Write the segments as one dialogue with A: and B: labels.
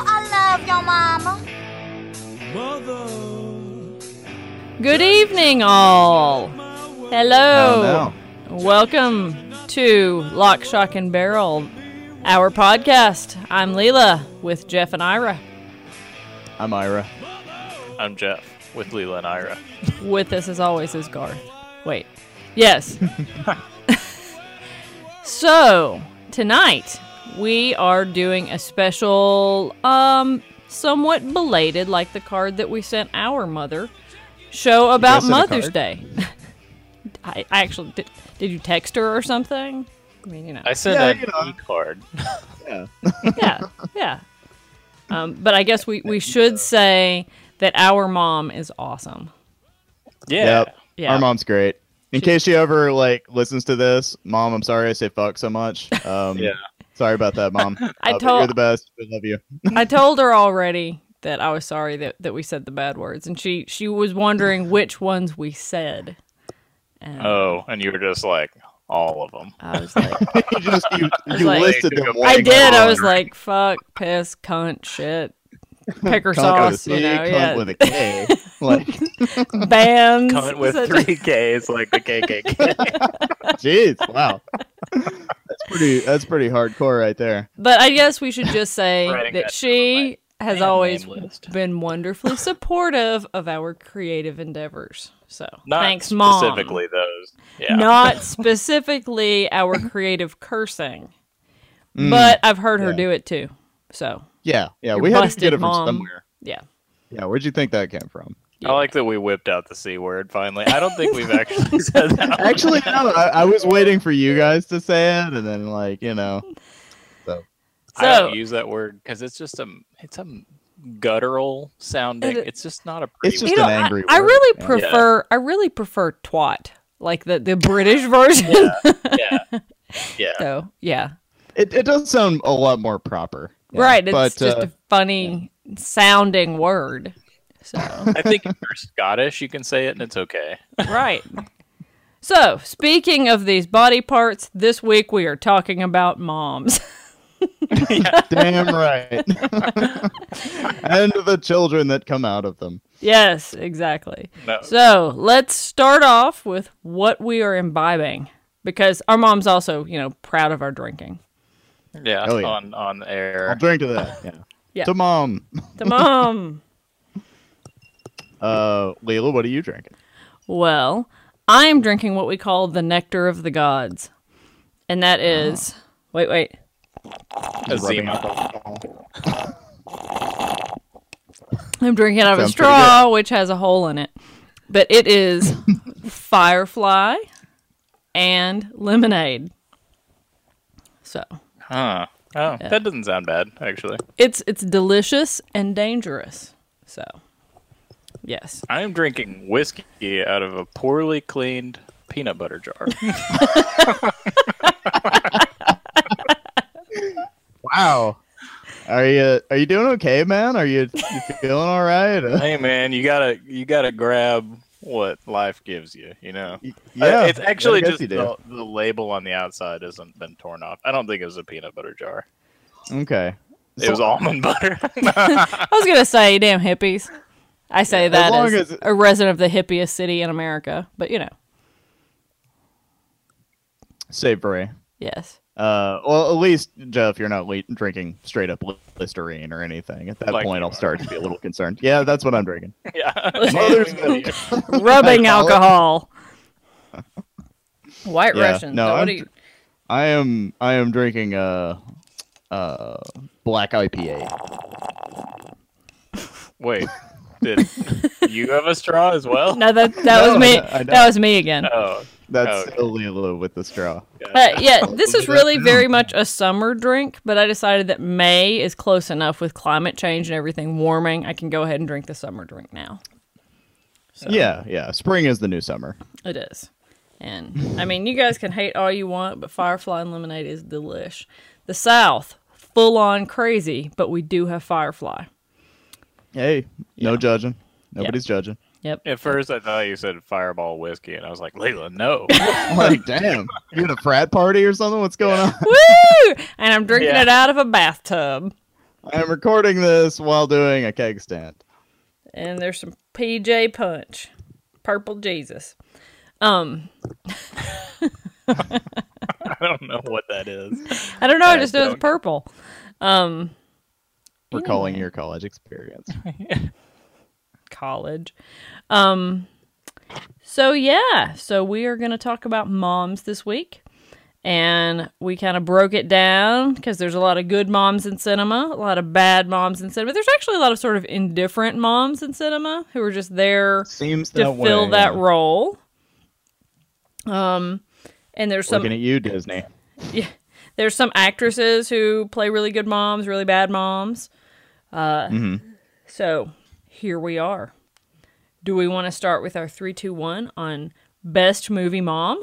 A: love your mama.
B: Good evening, all. Hello. Welcome to Lock, Shock, and Barrel, our podcast. I'm Leela with Jeff and Ira.
C: I'm Ira.
D: I'm Jeff with Leela and Ira.
B: With us, as always, is Garth. Wait. Yes. so, tonight we are doing a special, um, somewhat belated, like the card that we sent our mother, show about
C: guys sent a
B: Mother's
C: card?
B: Day. I, I actually did, did you text her or something? I mean, you know.
D: I sent
C: Yeah,
D: an
C: you know.
D: e-card.
B: yeah, yeah. Um, but I guess we, we should say that our mom is awesome.
D: Yeah.
C: Yep.
B: Yeah.
C: Our mom's great. In
B: She-
C: case she ever like listens to this, mom, I'm sorry I say fuck so much. Um,
D: Yeah.
C: Sorry about that, mom.
B: I
C: Uh, but
B: told-
C: you're the best. We love you.
B: I told her already that I was sorry that, that we said the bad words, and she she was wondering which ones we said. And
D: Oh, and you were just like all of them.
B: I was like,
C: you just you,
B: was
C: you
B: like-
C: listed them.
D: I
C: one
B: I
C: by
B: did. I
C: one.
B: was like, fuck, piss, cunt, shit, picker
C: Cunt with a
B: sauce,
C: C,
B: you know,
C: cunt
B: yeah,
C: with a K. Like,
B: bands.
D: Coming with
B: such-
D: three Ks, like the KKK.
C: jeez, wow. That's pretty. That's pretty hardcore right there.
B: But I guess we should just say
D: Writing
B: that
D: that
B: she has always
D: name list.
B: been wonderfully supportive of our creative endeavors. So
D: Not
B: thanks, mom.
D: specifically those. Yeah.
B: not specifically our creative cursing, but I've heard her
C: yeah.
B: do it too. So
C: Mm, Yeah, yeah.
B: Your
C: we had to
B: busted
C: get it from
B: mom.
C: somewhere.
B: yeah,
C: Yeah, where'd you think that came from?
D: I like that we whipped out the C word finally. I don't think we've actually said that. one.
C: Actually, no. I, I was waiting for you guys to say it, and then like you know, so
D: I
B: So-
D: don't use that word because it's just a it's a guttural sounding.
B: It-
D: it's just not a pretty.
C: It's
D: word.
C: just- an
B: I-
C: angry
B: I,
C: word,
B: really
C: yeah.
B: prefer. I really prefer twat, like the the British version.
D: yeah. Yeah.
B: so yeah,
C: it, it does sound a lot more proper. Yeah,
B: right. It's
C: but
B: just
C: uh,
B: a funny sounding word. So
D: I think if you're Scottish, you can say it and it's okay.
B: right. So speaking of these body parts, this week we are talking about moms.
C: damn right, and the children that come out of them.
B: yes, exactly.
D: No.
B: So let's start off with what we are imbibing because our mom's also, you know, proud of our drinking.
D: yeah,
C: Oh, yeah.
D: On on the
C: I'll
D: air.
C: drink to that. Yeah.
B: Yeah.
C: To mom,
B: The mom.
C: uh, Leila, what are you drinking?
B: well, I am drinking what we call the nectar of the gods. And
C: Ah.
B: that is, wait, wait,
C: Rubbing
D: Azima.
C: alcohol.
B: I'm drinking out of a
C: Sounds pretty
B: straw, which has a hole in it. But it is firefly and lemonade. So
D: Huh. Oh, that doesn't sound bad, actually.
B: it's it's delicious and dangerous. So yes.
D: I am drinking whiskey out of a poorly cleaned peanut butter jar.
C: Wow. Are you are you doing okay, man? Are you, you feeling all right? Uh,
D: hey, man, you gotta you gotta grab what life gives you. You know.
C: yeah,
D: Uh, it's actually
C: I guess
D: just
C: you do.
D: the, the label on the outside hasn't been torn off. I don't think it was a peanut butter jar.
C: okay.
D: It was almond butter.
B: I was gonna say, damn hippies. I say that
C: long
B: as,
C: as it-
B: a resident of the hippiest city in America, but you know,
C: Savory.
B: yes,
C: Uh, well, at least Jeff, you're not le- drinking straight up li- Listerine or anything. At that
D: Like
C: point,
D: you
C: I'll
D: are.
C: start to be a little concerned. Yeah, that's what I'm drinking.
D: yeah.
C: Mother's
D: milk.
B: rubbing
C: call it-
B: alcohol. White
C: Yeah,
B: Russians.
C: no,
B: No,
C: I'm dr- I am I am drinking uh uh black IPA.
D: Wait, did you have a straw as well?
B: no that that
C: No,
B: was me.
C: I- I
B: That was me again.
D: Oh,
C: That's
D: Okay.
C: still Lilo with the straw.
B: Uh, yeah, this is
C: that
B: really
C: down.
B: very much a summer drink, but I decided that May is close enough with climate change and everything warming. I can go ahead and drink the summer drink now.
C: Yeah, yeah. Spring is the new summer.
B: It is. And I mean, you guys can hate all you want, but Firefly and Lemonade is delish. The South, full on crazy, but we do have Firefly.
C: Hey, no judging. Nobody's judging.
B: Yep.
D: at first I thought you said Fireball whiskey, and I was like, Layla, no.
C: Like, damn, you at a frat party or something? What's going on?
B: Woo! And I'm drinking
D: Yeah.
B: it out of a bathtub.
C: I am recording this while doing a keg stand.
B: and there's some PJ Punch, Purple Jesus. Um,
D: I don't know what that is.
B: I don't know. I
D: I
B: just know it's
D: don't.
B: purple. Um,
C: Recalling your college experience.
B: college. Um, so yeah, so we are going to talk about moms this week, and we kind of broke it down because there's a lot of good moms in cinema, a lot of bad moms in cinema. There's actually a lot of sort of indifferent moms in cinema who are just there
C: Seems
B: to
C: that
B: fill
C: way.
B: that role. Um, and there's some
C: Looking at you, Disney.
B: there's some actresses who play really good moms, really bad moms. Uh,
D: Mm-hmm.
B: So here we are. Do we want to start with our three, two, one on best movie mom?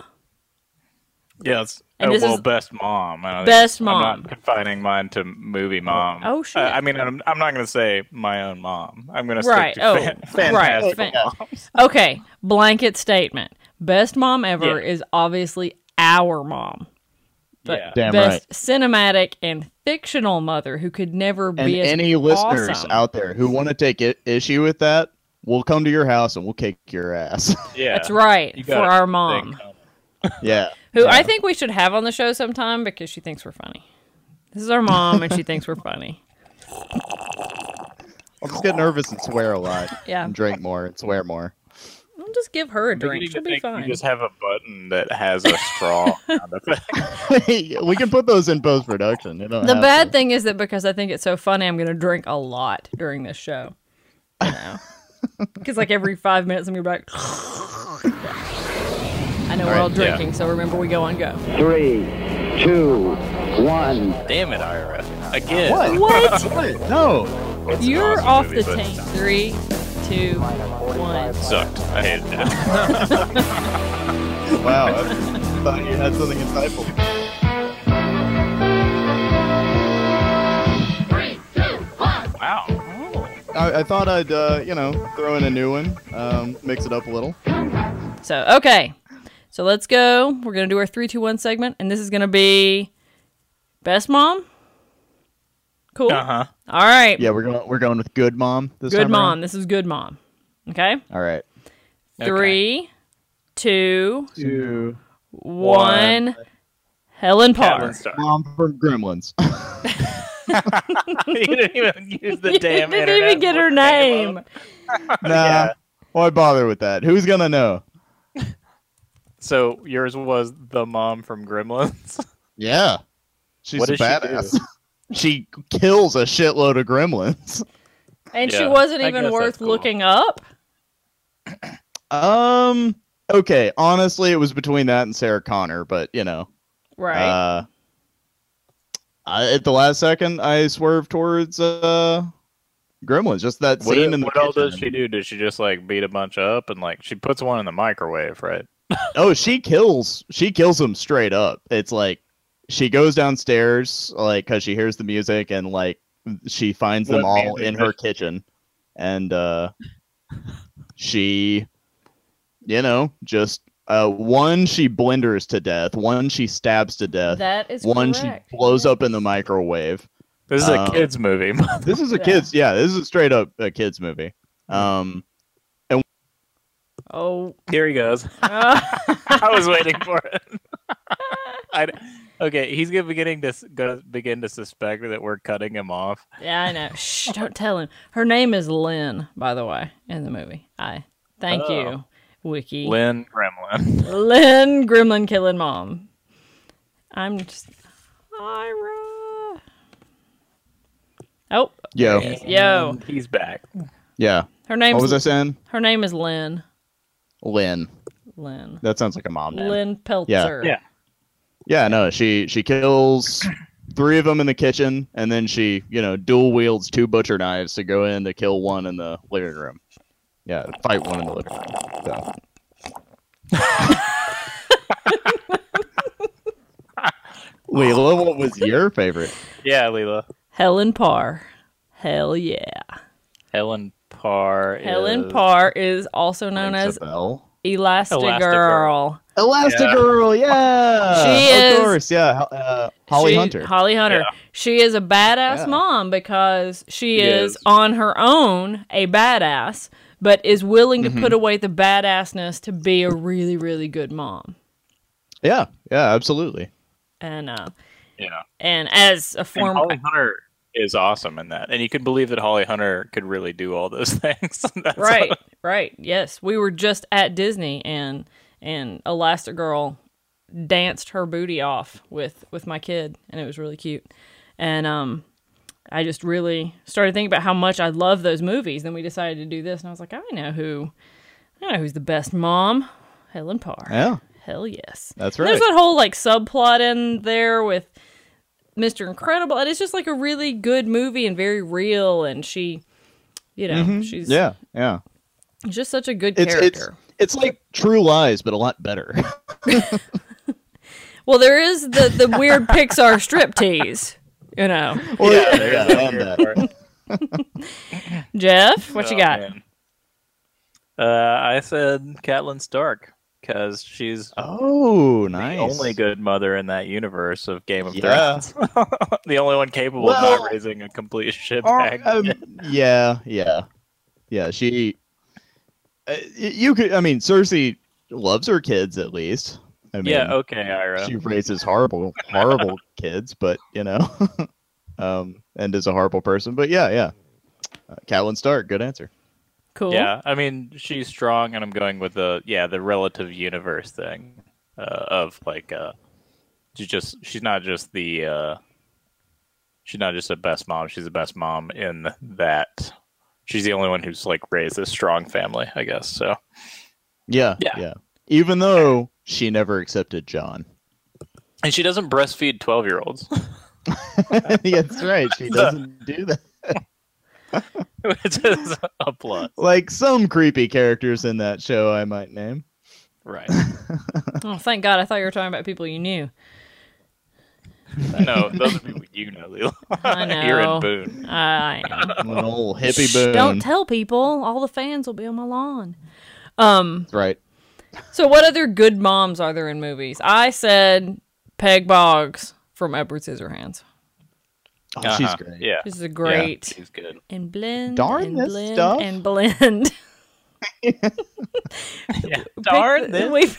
D: Yes.
B: And
D: oh,
B: this
D: well,
B: is-
D: best mom. I don't think-
B: Best
D: I'm
B: mom.
D: not confining mine to movie mom. Uh,
B: Oh, shit.
D: I, I mean, I'm, I'm not going to say my own mom. I'm going to
B: Right,
D: stick
B: oh,
D: to fan-
B: right, fan-
D: fantastic moms.
B: Okay, blanket statement. Best mom ever
D: Yeah.
B: is obviously our mom. But
D: yeah.
C: Damn
B: best cinematic and fictional mother who could never
C: right. And
B: be as
C: any listeners
B: awesome.
C: out there who want to take I- issue with that, we'll come to your house and we'll kick your ass.
D: yeah.
B: That's right
D: You
B: for
D: got it.
B: our
D: They
B: mom,
D: come.
C: yeah.
B: who I
C: Yeah.
B: think we should have on the show sometime because she thinks we're funny. This is our mom, and she thinks we're funny.
C: I'll just get nervous and swear a lot.
B: Yeah.
C: And drink more and swear more.
B: I'll just give her a
D: You
B: drink.
D: need to
B: She'll be
D: think
B: fine.
D: You just have a button that has a straw. sound effect.
C: we can put those in post production.
B: The bad thing is that because I think it's so funny, I'm going to drink a lot during this show. Because like every five minutes, I'm going to be like, I know we're
C: All
B: all
C: right,
D: yeah.
B: drinking, so remember we go on go.
A: Three, two, one.
D: Damn it, IRS. Again.
C: What?
B: What?
C: What? No.
D: It's an
B: You're
D: awesome
B: off
D: movie,
B: the
D: but
B: tank.
D: it
B: Three, two, one.
D: Sucked. I hated it.
C: Wow. I thought you had something insightful.
D: wow.
C: I, I thought I'd, uh, you know, throw in a new one, um, mix it up a little.
B: So okay, so let's go. We're going to do our three, two, one segment, and this is going to be best mom. Cool.
D: Uh huh.
B: All right.
C: Yeah, we're going. We're going with good mom. This
B: good
C: time
B: mom.
C: around?
B: This is good mom. Okay.
C: All right.
B: Three, two,
C: Two.
B: one.
D: One.
B: Helen
D: Helen
B: Parr.
D: Stark.
C: Mom from Gremlins.
D: you didn't even use the damn.
B: didn't
D: internet
B: even get her
D: looking name
B: name.
D: up.
C: nah. Why bother with that? Who's gonna know?
D: So yours was the mom from Gremlins.
C: Yeah. She's
D: What
C: a
D: does she
C: badass. She, kills a shitload of gremlins.
B: And she
D: Yeah,
B: wasn't
D: I
B: even
D: guess
B: worth
D: that's cool.
B: looking up.
C: Um. Okay. Honestly, it was between that and Sarah Connor, but you know,
B: Right.
C: uh, I, at the last second, I swerved towards uh, gremlins. Just that
D: What,
C: scene in the
D: what all does
C: kitchen.
D: she do? Does she just like beat a bunch up and like she puts one in the microwave, right?
C: Oh, she kills. She kills him straight up. It's like she goes downstairs, like because she hears the music, and like she finds them
D: What
C: all
D: music
C: in
D: is-
C: her kitchen, and uh, she, you know, just uh, one she blenders to death, one she stabs to death,
B: that is
C: Uh, one
B: correct.
C: she blows up in the microwave.
D: This is a
C: Um,
D: kids movie.
C: This is a
B: Yeah.
C: kids, yeah, this is a straight up a kids movie. Um,
B: Oh.
D: Here he goes.
B: uh,
D: I was waiting for it. I, okay, he's gonna beginning to s- gonna begin to suspect that we're cutting him off.
B: yeah, I know. Shh, don't tell him. Her name is Lynn, by the way, in the movie. I thank
D: Oh.
B: you, Wiki.
D: Lynn Gremlin.
B: Lynn Gremlin killing mom. I'm just Ira. Oh,
C: yo,
B: is. Yo.
D: And he's back.
C: yeah.
B: her name.
C: What was I saying?
B: Her name is Lynn.
C: Lynn.
B: Lynn.
C: That sounds like a mom name.
B: Lynn Peltzer.
D: Yeah.
C: Yeah, no, she she kills three of them in the kitchen, and then she you know dual wields two butcher knives to go in to kill one in the living room. Yeah, fight one in the living room. So. Leela, what was your favorite?
D: Yeah, Leela.
B: Helen Parr. Hell yeah.
D: Helen Parr.
B: Helen
D: is-
B: Parr is also known
C: Rings a
B: as
C: bell.
B: Elastigirl.
D: Elastigirl.
C: Elastigirl, yeah.
B: She
C: of
B: is-
C: course, yeah. Ho- Uh, Holly
B: She-
C: Hunter.
B: Holly Hunter.
D: Yeah.
B: She is a badass
C: Yeah.
B: mom because she,
C: She
B: is,
C: is.
B: on her own a badass, but is willing to
C: Mm-hmm.
B: put away the badassness to be a really, really good mom.
C: yeah, yeah, absolutely.
B: And uh,
D: Yeah.
B: and as a
D: And
B: former,
D: Holly Hunter is awesome in that, and you could believe that Holly Hunter could really do all those things. That's
B: right, right, yes, we were just at Disney and and Elastigirl danced her booty off with with my kid, and it was really cute. And um, I just really started thinking about how much I love those movies. Then we decided to do this, and I was like, I know who, I know who's the best mom, Helen Parr.
C: Yeah,
B: Hell yes.
C: that's
B: And
C: right.
B: There's that whole like subplot in there with Mr. Incredible, and it's just like a really good movie and very real. And she, you know, she's
C: Mm-hmm. yeah, yeah.
B: just such a good
C: It's it's
B: character.
C: it's like True Lies, but a lot better.
B: Well, there is the the weird Pixar striptease. You know,
C: Or-
D: Yeah, there's
C: yeah,
D: that
C: and uh,
D: weird
C: that.
D: part.
B: Jeff, what you
D: Oh,
B: got?
D: man. Uh, I said Catelyn Stark because she's
C: Oh, nice.
D: the only good mother in that universe of Game of
C: Yeah.
D: Thrones. the only one capable of
C: Well-
D: not raising a complete shit
C: Or,
D: bag.
C: um, yeah, yeah, yeah. She, uh, y- you could. I mean, Cersei loves her kids at least. I mean,
D: yeah, okay, Ira.
C: she raises horrible, horrible kids, but you know, um, and is a horrible person. But yeah, yeah. Uh, Catelyn Stark, good answer.
B: Cool.
D: Yeah, I mean she's strong, and I'm going with the yeah the relative universe thing uh, of like uh, she's just she's not just the uh, she's not just a best mom. She's the best mom in that she's the only one who's like raised a strong family, I guess. So
C: Yeah,
D: Yeah.
C: yeah. Even though she never accepted John.
D: and she doesn't breastfeed twelve year olds,
C: Yeah, That's right. She doesn't do that.
D: which is a plus,
C: Like some creepy characters in that show, I might name.
D: right?
B: Oh, thank God! I thought you were talking about people you knew.
D: No, those would be what you know, Leela.
B: I
D: You're
B: know.
D: in Boone.
B: I know.
D: Oh.
C: An old
B: Shh,
C: hippie boon.
B: Don't tell people. All the fans will be on my lawn. Um.
C: That's right.
B: So, what other good moms are there in movies? I said Peg Boggs from Edward Scissorhands.
C: Oh,
D: Uh-huh,
C: She's great.
D: Yeah,
B: This is a
D: yeah,
B: great
D: she's good.
B: and blend
C: Darn
B: and
C: this
B: blend
C: stuff.
B: and blend.
D: Yeah.
B: Pick
D: Darn
B: the-
D: this.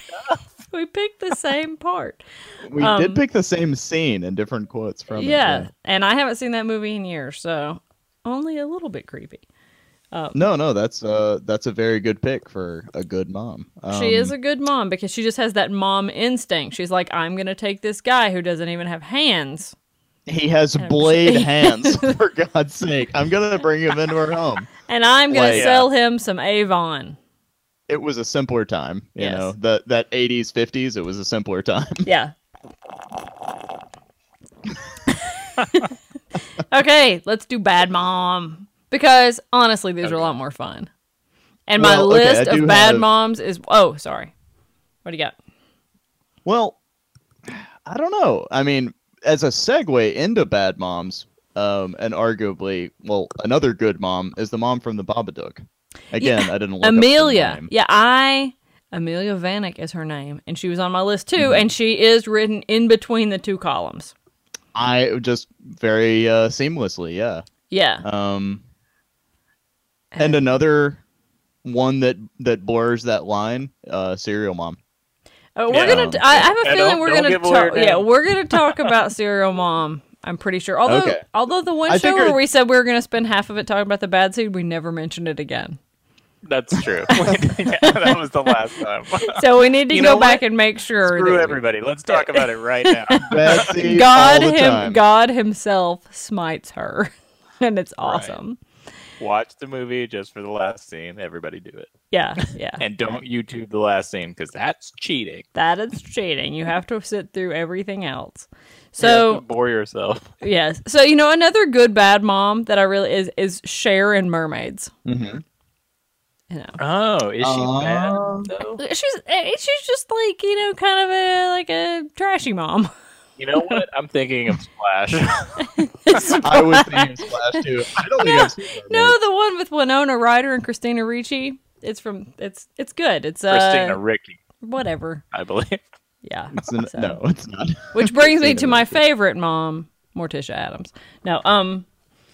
B: we, we picked the same part.
C: We
B: Um,
C: did pick the same scene and different quotes from it.
B: yeah, and I haven't seen that movie in years, so only a little bit creepy.
C: No, no, that's uh that's a very good pick for a good mom. Um,
B: she is a good mom because she just has that mom instinct. She's like, I'm gonna take this guy who doesn't even have hands.
C: He has
B: I'm
C: blade
B: sorry.
C: hands, for God's sake. I'm gonna bring him into her home.
B: And I'm gonna
C: Like, yeah.
B: sell him some Avon.
C: It was a simpler time, you
B: Yes.
C: know. That that eighties, fifties, it was a simpler time.
B: Yeah. okay, let's do Bad Mom because honestly, these are a lot more fun. And my
C: Well, okay, I
B: list
C: do
B: of bad
C: have-
B: moms is oh, sorry. What do you got?
C: Well, I don't know. I mean, as a segue into bad moms, um, and arguably, well, another good mom is the mom from the Babadook. Again, I didn't look up the
B: Amelia.
C: name.
B: Yeah, I Amelia Vanek is her name, and she was on my list too.
C: Mm-hmm.
B: And she is written in between the two columns.
C: I just very uh, seamlessly, yeah.
B: Yeah,
C: Um,
B: Eh.
C: and another one that that blurs that line, uh, serial mom.
B: Uh, we're
D: Yeah.
B: gonna. T- I, I have a
D: Yeah,
B: feeling
D: don't-
B: we're
D: don't
B: gonna.
D: give away her
B: Talk, yeah,
D: name.
B: we're gonna talk about Serial Mom. I'm pretty sure. Although,
C: Okay.
B: although the one
C: I
B: show
C: figured-
B: where we said we were gonna spend half of it talking about the bad seed, we never mentioned it again.
D: That's true. yeah, that was the last time.
B: So we need to
D: Uh, You
B: go
D: know what?
B: back and make sure.
D: Screw
B: that we-
D: everybody. Let's talk about it right now.
C: Bad seed
B: God
C: all the
B: him.
C: time.
B: God himself smites her, and it's awesome.
D: Watch the movie just for the last scene. Everybody do it.
B: Yeah, yeah.
D: And don't YouTube the last scene because that's cheating.
B: that is cheating. You have to sit through everything else.
D: You
B: So
D: have to bore yourself.
B: yes. So you know another good bad mom that I really is is Cher in Mermaids.
C: Mhm.
B: You know.
D: Oh, is she bad
C: Um,
D: though?
B: she's eh, she's just like you know kind of a like a trashy mom
D: You know what? I'm thinking of Splash.
C: I was thinking Splash too. I don't think I've seen her,
B: no the one with winona ryder and christina ricci it's from it's it's good it's uh
D: Christina Ricci.
B: whatever.
D: I believe.
B: Yeah.
C: It's an-
B: So-
C: No, it's not.
B: Which brings me to my favorite mom, Morticia Adams. No, um,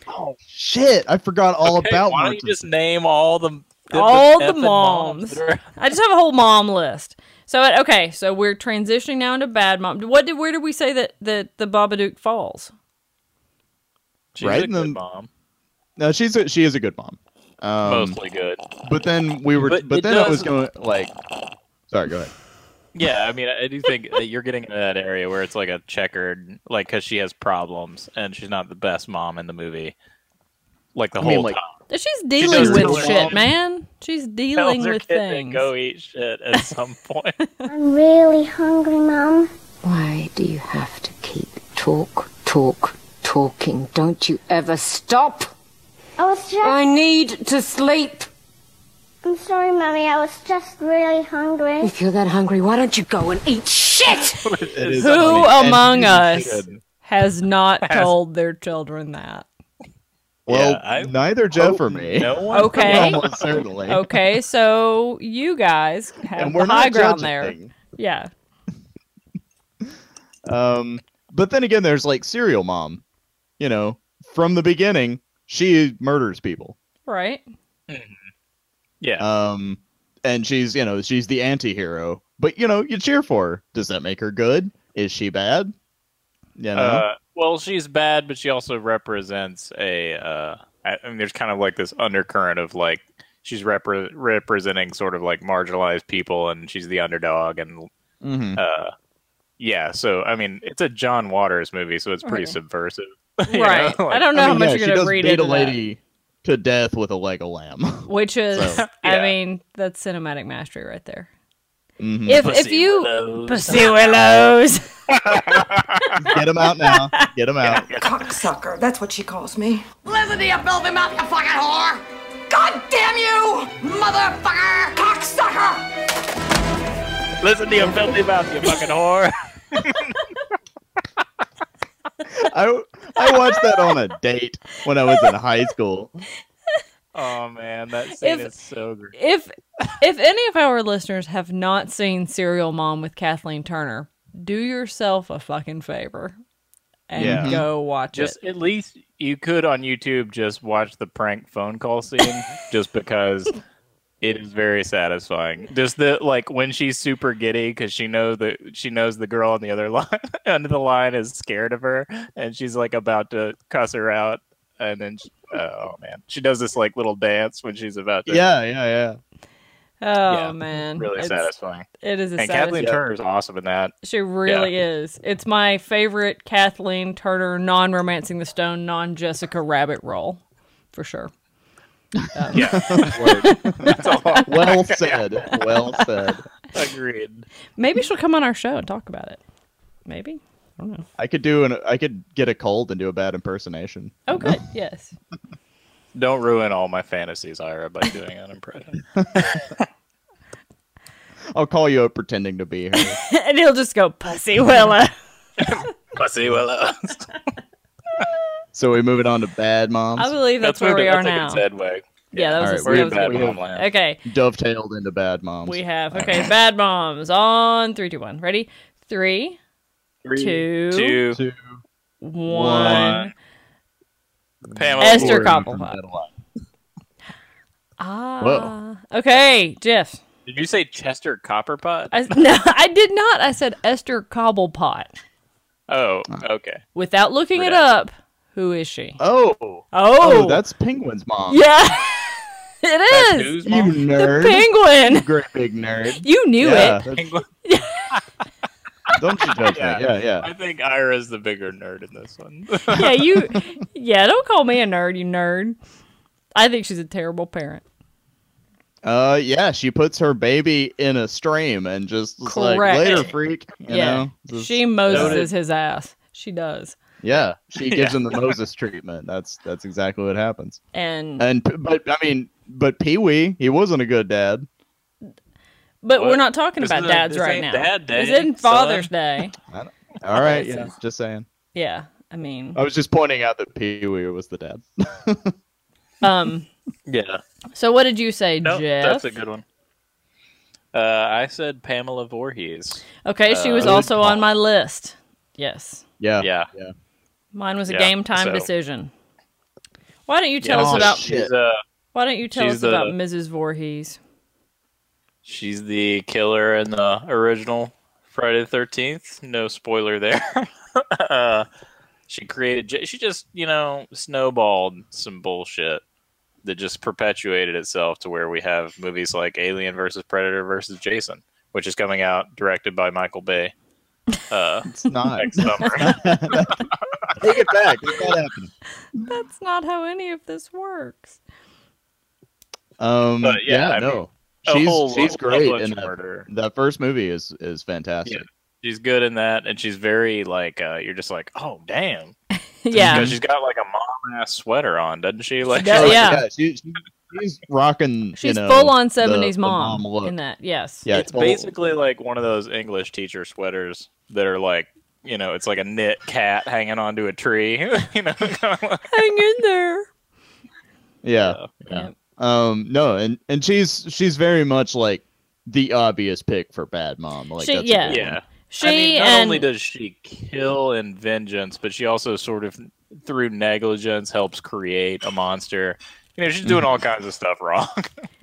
C: Oh shit! I forgot all
D: Okay,
C: about.
D: why don't
C: Martin.
D: you just name all the, the
B: All the
D: effing
B: moms.
D: that are-
B: I just have a whole mom list. So uh, okay, so we're transitioning now into bad mom. What did where did we say that that the Babadook falls?
D: She's
C: Right
D: a
C: in
D: good
C: the-
D: mom,
C: No, she's a, she is a good mom. Um,
D: mostly good.
C: But then we were. But,
D: But it
C: then I was going
D: does-
C: like. Sorry, go ahead.
D: Yeah, I mean, I do think that you're getting into that area where it's like a checkered, like because she has problems and she's not the best mom in the movie, like the
C: I
D: whole
C: mean, like,
D: time.
B: She's
D: does
B: dealing
D: tell
B: with
D: her
B: shit,
D: mom-
B: man. She's dealing
D: Tells her
B: with
D: kid to
B: things.
D: go eat shit at some point.
E: I'm really hungry, Mom.
F: Why do you have to keep talk, talk, talking? Don't you ever stop?
E: I was just.
F: I need to sleep.
E: I'm sorry, Mommy. I was just really hungry.
F: If you're that hungry, why don't you go and eat shit?
B: Who among us
D: should.
B: has not told their children that?
C: Well,
D: Yeah, I- Oh,
C: neither Jeff or me.
D: No one.
B: Okay.
C: Almost certainly.
B: Okay, so you guys have
C: And we're
B: the high
C: not
B: ground
C: judging.
B: there. Yeah.
C: Um, but then again, there's like serial mom. You know, from the beginning, she murders people.
B: Right.
D: Yeah.
C: Um, and she's you know she's the anti-hero. But you know you cheer for her. Does that make her good? Is she bad? You know.
D: Uh, well, she's bad, but she also represents a. Uh, I, I mean, there's kind of like this undercurrent of like she's repre- representing sort of like marginalized people, and she's the underdog, and
C: hmm
D: uh, yeah. So I mean, it's a John Waters movie, so it's pretty
B: Right.
D: subversive. You
B: Right.
D: know,
B: I
D: like-
B: don't know
C: I
B: how
C: mean,
B: much
C: yeah,
B: you're
C: she
B: gonna
C: does
B: read
C: beat
B: into
C: a
B: that.
C: lady to death with a Lego lamb.
B: Which is,
C: So,
B: I
D: yeah.
B: mean, that's cinematic mastery right there.
C: Mhm.
B: If if
D: Pussy
B: you
D: Willows.
B: pussy willows,
C: Get him out now. Get him out.
G: Cocksucker, that's what she calls me.
H: Listen to your filthy mouth, you fucking whore! God damn you, motherfucker! Cocksucker!
D: Listen to your filthy mouth, you fucking whore.
C: I I watched that on a date when I was in high school.
D: Oh man, that scene
B: If-
D: is so great.
B: if if any of our listeners have not seen Serial Mom with Kathleen Turner, do yourself a fucking favor and
C: Yeah.
B: go watch
D: Just
B: it.
D: at least you could on YouTube just watch the prank phone call scene, just because it is very satisfying. Just the like when she's super giddy because she knows that she knows the girl on the other line under the line is scared of her, and she's like about to cuss her out, and then she- oh man, she does this like little dance when she's about to.
C: Yeah, yeah, yeah.
B: Oh
D: yeah,
B: man,
D: really
B: It's-
D: satisfying.
B: It is a
D: And
B: satisfying.
D: Kathleen Turner's awesome in that.
B: She really is. It's my favorite Kathleen Turner non-romancing the stone, non-Jessica Rabbit role, for sure.
C: Well said. Well said.
D: Agreed.
B: Maybe she'll come on our show and talk about it. Maybe. I don't know.
C: I could do an I could get a cold and do a bad impersonation.
B: Oh, good. Yes.
D: Don't ruin all my fantasies, Ira, by doing an impression.
C: I'll call you up pretending to be her.
B: and he'll just go, Pussy Willa.
D: Pussy Willows.
C: so we moving on to bad moms.
B: I believe that's, where we are now.
D: That's a good segue.
B: Yeah, that was,
C: All
B: a,
D: We're
C: right,
B: that was a
D: in bad
B: good
D: mom
B: one.
D: land.
B: Okay,
C: Dovetailed into bad moms.
B: we have okay bad moms on three, two, one. Ready? Three,
C: Three,
B: two,
D: Two,
C: two,
B: one.
D: Pamela.
B: Esther
C: Lord,
D: Ford.
B: Koppel.
C: we've done that a lot.
B: Ah. Okay, Jeff.
D: Did you say Chester Copperpot?
B: I, no, I did not. I said Esther Cobblepot.
D: Oh, okay.
B: Without looking it
D: Redacted.
B: up, who is she?
C: Oh,
B: Oh,
C: oh, that's Penguin's mom.
B: yeah. it
D: That's
B: is
D: who's
C: You
D: mom?
C: nerd.
B: penguin.
C: Great big nerd.
B: You knew
C: yeah,
B: it.
C: that's-
D: Penguin.
C: Don't you judge
D: Yeah.
C: me. Yeah, yeah.
D: I think Ira's the bigger nerd in this one.
B: Yeah, you. Yeah, don't call me a nerd, you nerd. I think she's a terrible parent.
C: Uh, yeah. She puts her baby in a stream and just is like
B: Correct.
C: later, freak. You know, Just-
B: she Moses
D: Noted.
B: his ass. She does.
C: Yeah, she gives him the Moses treatment. That's that's exactly what happens.
B: And
C: And P- but I mean, but Pee Wee, he wasn't a good dad.
B: but we're
D: What?
B: not talking
D: This
B: about
D: isn't-
B: dads
D: this
B: right now.
D: ain't Dad Day,
B: It's in
D: son.
B: Father's Day.
C: All right,
B: this
C: yeah,
B: is-
C: just saying.
B: Yeah, I mean,
C: I was just pointing out that Pee Wee was the dad.
B: um.
D: yeah.
B: So what did you say,
D: No,
B: Jeff?
D: that's a good one. Uh, I said Pamela Voorhees.
B: Okay, she was
C: Uh,
B: also on my list. Yes.
C: Yeah.
D: Yeah.
C: Yeah.
B: Mine was a
D: Yeah,
B: game time
D: so-
B: decision. Why don't you tell
D: Yeah,
B: us
C: Oh,
B: about
C: shit.
D: she's uh,
B: why don't you tell us
D: She's
B: about
D: the-
B: Mrs. Voorhees?
D: she's the killer in the original Friday the Thirteenth. No spoiler there. uh, she created. ju- She just you know snowballed some bullshit that just perpetuated itself to where we have movies like Alien versus Predator versus Jason, which is coming out directed by Michael Bay. Uh,
C: It's not.
D: next summer.
C: Take it back. It's not happening.
B: That's not how any of this works.
C: Um,
D: But,
C: yeah,
D: yeah, I
C: no.
D: a
C: she's
D: whole
C: she's
D: lo-
C: great
D: love
C: in that,
D: murder.
C: that first movie is is fantastic.
D: she's good in that, and she's very like uh, you're just like, oh damn,
B: yeah.
D: because she's got like a mom ass sweater on, doesn't she? Like,
B: does.
C: Oh,
B: yeah.
C: she- she- she's rocking. you
B: She's
C: know,
B: full on
C: the-
B: seventies
C: the
B: mom,
C: look.
B: in that. Yes.
C: Yeah,
D: it's
C: full-
D: basically like one of those English teacher sweaters that are like, you know, it's like a knit cat hanging onto a tree. you know, kinda like-
B: Hang in there.
C: Yeah, yeah. Um, no, and and she's she's very much like the obvious pick for bad mom. Like,
B: She-
C: that's a
B: yeah.
C: good one.
D: yeah.
B: She
D: I mean, not
B: and
D: only does she kill in vengeance, but she also sort of through negligence helps create a monster. You know, she's doing
C: Mm-hmm.
D: all kinds of stuff wrong.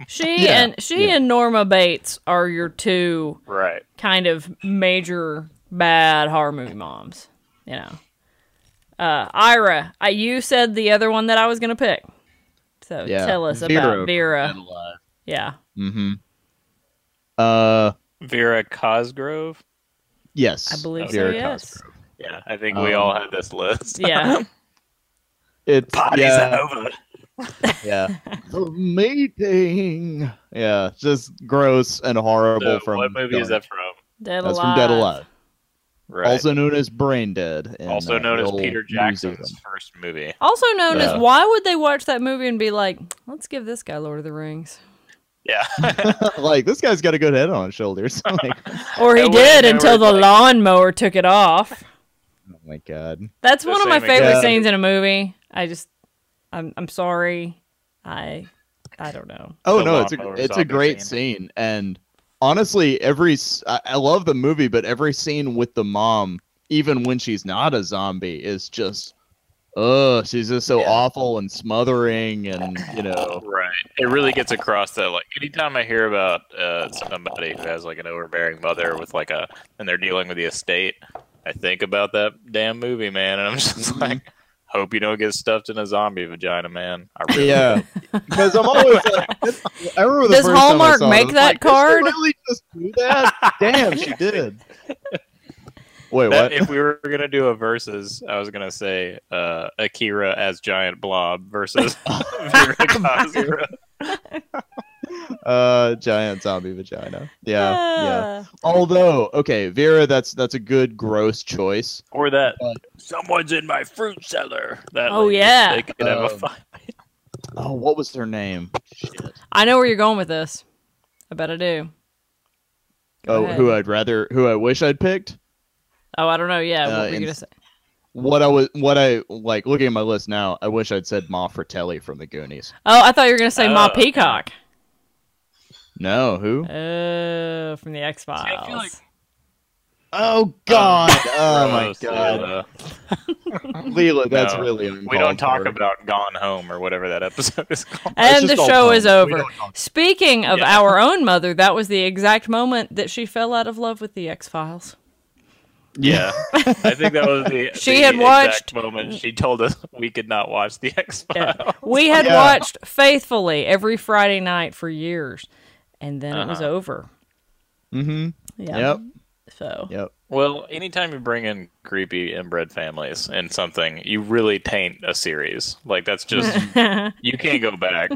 B: she
C: Yeah,
B: and she
C: yeah.
B: and Norma Bates are your two
D: right.
B: kind of major bad horror movie moms. You know, uh, Ira, I, you said the other one that I was going to pick. So
C: Yeah.
B: tell us about Vera. Yeah,
C: Mm-hmm. Uh,
D: Vera Cosgrove.
C: yes,
B: I believe
C: Vera
B: so. Yes.
C: Cosgrove.
D: Yeah, I think
C: Um,
D: we all had this list.
B: yeah.
C: It's
D: Party's
C: yeah,
D: over.
C: yeah. the meeting. Yeah, just gross and horrible.
D: So
C: from
D: what movie is
C: Dark.
D: that from?
B: Dead
C: That's
B: alive.
C: from Dead Alive,
D: Right.
C: also known as Brain Dead. in,
D: also
C: uh,
D: known as
C: old
D: Peter
C: New Zealand.
D: Jackson's first movie.
B: Also known
C: Yeah.
B: as why would they watch that movie and be like, let's give this guy Lord of the Rings,
D: Yeah.
C: like this guy's got a good head on his shoulders. like,
B: or he
D: That
B: did
D: would've
B: until the
D: never, like-
B: lawnmower took it off.
C: oh my god.
B: That's
D: The
B: one of my
D: same
B: favorite
C: exact-
B: scenes in a movie. I just, I'm, I'm sorry, I, I don't know.
C: Oh
D: The
C: no, it's a
D: lawnmower
C: it's a
D: zombie
C: great scene. and honestly, every s- I, I love the movie, but every scene with the mom, even when she's not a zombie, is just. Oh, she's just so awful and smothering, and you know,
D: right. It really gets across that like anytime I hear about uh, somebody who has like an overbearing mother with like a and they're dealing with the estate, I think about that damn movie, man, and I'm
C: Mm-hmm.
D: just like hope you don't get stuffed in a zombie vagina, man. I really
C: yeah. Because I'm always like, I remember the
B: Does
C: first time I
B: Hallmark
C: saw it, I
B: make
C: was
B: that
C: like, "Did she
B: card?"
C: really just do that? Damn, she did. Wait,
D: That-
C: what?
D: if we were gonna do a versus, I was gonna say uh, Akira as giant blob versus Vera Cosgrove.
C: uh giant zombie vagina yeah yeah
B: Ah.
C: although okay vera that's that's a good gross choice
D: or that
C: But-
D: someone's in my fruit cellar. That
B: Oh,
D: lady,
B: yeah.
D: they could have
C: Um,
D: a fight.
C: oh what was her name Shit.
B: I know where you're going with this. I bet I do. Go
C: oh
B: ahead.
C: who i'd rather who i wish i'd picked
B: Oh, I don't know. Yeah,
C: Uh,
B: what were you
C: in-
B: gonna say?
C: what i was what i like looking at my list now i wish i'd said ma fratelli from the goonies
B: Oh, I thought you were gonna say Ma
D: Oh, okay.
B: Peacock.
C: no who
D: Uh,
B: Oh, from the X
D: I feel like-
B: Files.
C: oh god oh my
D: Gross,
C: god
D: Leela.
C: leela that's
D: No.
C: really
D: We don't
C: uncalled
D: talk
C: for.
D: about Gone Home or whatever that episode is called.
C: It's
B: And the
C: just all
B: show
C: puns.
B: is
C: We
B: over.
C: don't talk-
B: Speaking of
D: Yeah.
B: our own mother, that was the exact moment that she fell out of love with the X Files.
C: yeah
D: I think that was the
B: She
D: the
B: had watched-
D: exact moment she told us we could not watch the X Files.
B: We had
C: Yeah.
B: watched faithfully every Friday night for years, and then it was
D: Uh-huh.
B: over.
C: mm-hmm
B: Yeah.
C: yep
B: So
C: yep
D: Well, anytime you bring in creepy inbred families in something, you really taint a series. Like that's just you can't go back.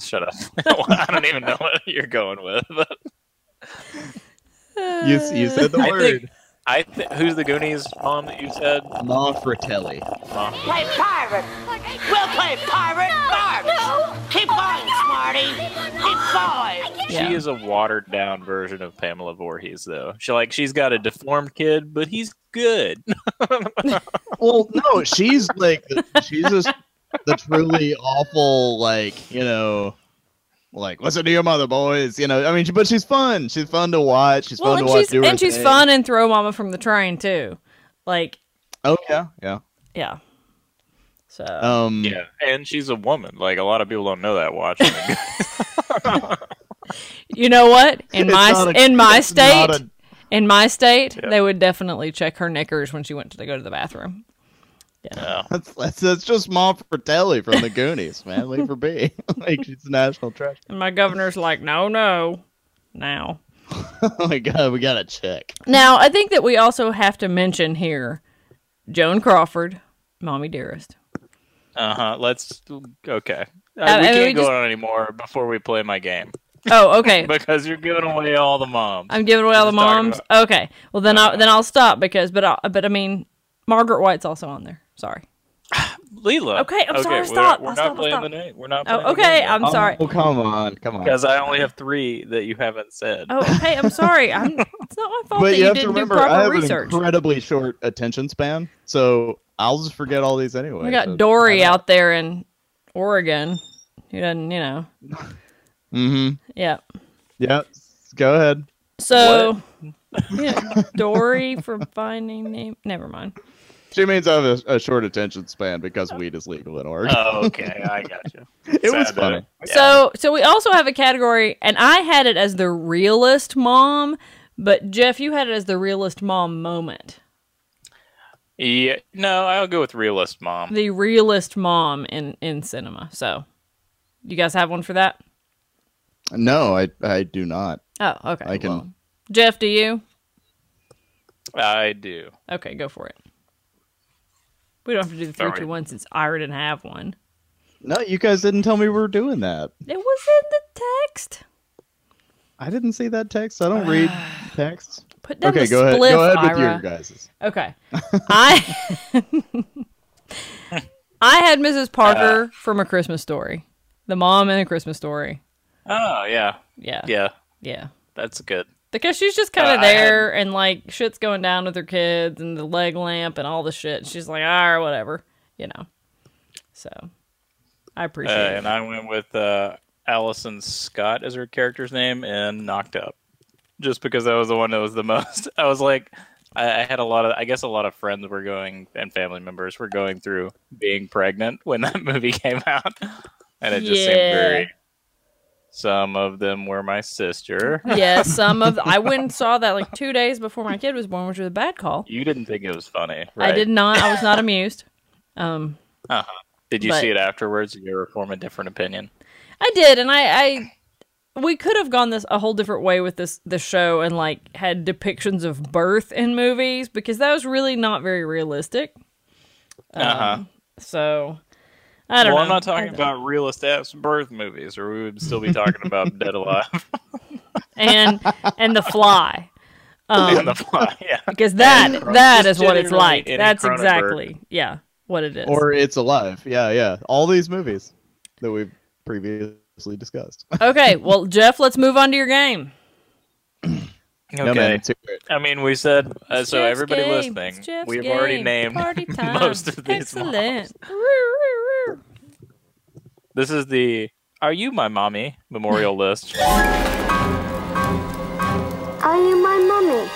D: Shut up. I don't even know what you're going with.
C: you, you said the
D: I
C: word
D: think I th- who's the Goonies mom that you said?
C: ma fratelli
H: Play pirate. We'll play pirate first. Keep going, Smarty. Oh Keep going.
B: yeah.
D: She is a watered down version of Pamela Voorhees, though. She like she's got a deformed kid, but he's good.
C: Well, no, she's like the, she's just the truly awful, like you know, like listen to your mother, boys. You know, I mean, she- but she's fun. She's fun to watch. She's
B: Well,
C: fun
B: and
C: to watch.
B: she's
C: do her
B: and she's
C: thing.
B: fun and throw mama from the train too. Like,
C: Oh yeah, yeah.
B: yeah. So
C: Um,
D: Yeah, and she's a woman. Like a lot of people don't know that. Watching, it.
B: you know what? In
C: It's
B: my
C: not a-
B: in my
C: it's not
B: state,
C: a-
B: in my state, they would definitely check her knickers when she went to go to the bathroom.
C: That's, that's, that's just Mom Fratelli from the Goonies, man. Leave her be. like she's national treasure.
B: And my governor's like, no, no, now.
C: Oh my god, we gotta check.
B: Now, I think that we also have to mention here Joan Crawford, Mommy Dearest.
D: uh huh. Let's okay. Uh,
B: I
D: we
B: mean,
D: can't
B: we
D: go
B: just-
D: on anymore before we play my game
B: Oh, okay.
D: because you're giving away all the moms.
B: I'm giving away all the
D: Just talking
B: moms. Okay. Well, then I then I'll stop because but I, but I mean Margaret White's also on there. Sorry.
D: Leela.
B: Okay, I'm sorry,
D: We're,
B: stop, I'll
D: we're not
B: stop, I'll
D: playing
B: stop.
D: the name. We're not. Playing
B: Oh, okay.
D: The
B: I'm sorry.
C: Oh come on, come on.
D: because I only have three that you haven't said.
B: Oh, okay. I'm sorry. I'm, it's not my fault
C: But
B: that
C: you
B: you
C: have to
B: didn't do
C: remember, I
B: proper
C: have
B: research.
C: an incredibly short attention span, so I'll just forget all these anyway.
B: we
C: so-
B: got Dory out there in Oregon. Who doesn't, you know?
C: Mhm.
B: Yeah.
C: Yep. Go ahead.
B: So, yeah, Dory from Finding Name. Never mind.
C: She means I have a, a short attention span because weed is legal in Oregon.
D: Oh, okay, I got you.
C: it was
D: sad, uh,
C: funny.
B: So, so we also have a category, and I had it as the realist mom, but Jeff, you had it as the realist mom moment.
D: Yeah, no, I'll go with realist mom.
B: The realist mom in in cinema. So, you guys have one for that?
C: No, I I do not.
B: Oh, okay.
C: I can-
B: well. Jeff, do you?
D: I do.
B: Okay, go for it. We don't have to do the three,
D: Sorry.
B: two, one since I didn't have one.
C: No, you guys didn't tell me we were doing that.
B: It was in the text.
C: I didn't see that text. I don't read texts.
B: Put down
C: Okay,
B: the
C: go ahead.
B: spliff,
C: Go ahead with
B: Ira.
C: your guys.
B: Okay. I I had Mrs.
D: Uh.
B: Parker from A Christmas Story. The mom in A Christmas Story.
D: Oh yeah,
B: Yeah.
D: yeah,
B: Yeah.
D: that's good.
B: Because she's just kind of
D: Uh, I had-
B: there and like shit's going down with her kids and the leg lamp and all the shit. She's like, ah, or whatever, you know. So I
D: Uh,
B: appreciate it.
D: and I went with uh, Allison Scott as her character's name and Knocked Up, just because that was the one that was the most. I was like, I, I had a lot of, I guess, a lot of friends were going and family members were going through being pregnant when that movie came out, and it just seemed
B: Yeah.
D: very. Some of them were my sister.
B: yeah, some of I went and saw that like two days before my kid was born, which was a bad call.
D: You didn't think it was funny, right?
B: I did not. I was not amused. Um,
D: Did you
B: but-
D: see it afterwards? Did you form a different opinion?
B: I did, and I, I we could have gone this a whole different way with this the show and like had depictions of birth in movies because that was really not very realistic. Um,
D: Uh huh.
B: So I don't
D: well,
B: know.
D: I'm not
B: I
D: talking
B: don't-
D: about realist ass birth movies, or we would still be talking about Dead Alive
B: and and the fly Um,
D: and the fly. Yeah.
B: because that
D: Cron-
B: that is
D: just
B: what it's
D: generally
B: like.
D: any
B: That's
D: Cronenberg.
B: exactly yeah what it is.
C: Or It's Alive. Yeah, yeah. All these movies that we've previously discussed.
B: okay, well Jeff, let's move on to your game.
D: Okay.
C: No, man, it's-
D: I mean, we said uh, so.
B: Jeff's
D: Everybody
B: game. It's
D: listening,
B: Jeff's
D: we've already
B: game.
D: named
B: Party time.
D: most of these. moms.
B: Excellent. Woo, woo, woo.
D: This is the "Are You My Mommy" memorial list.
E: Are you my mummy?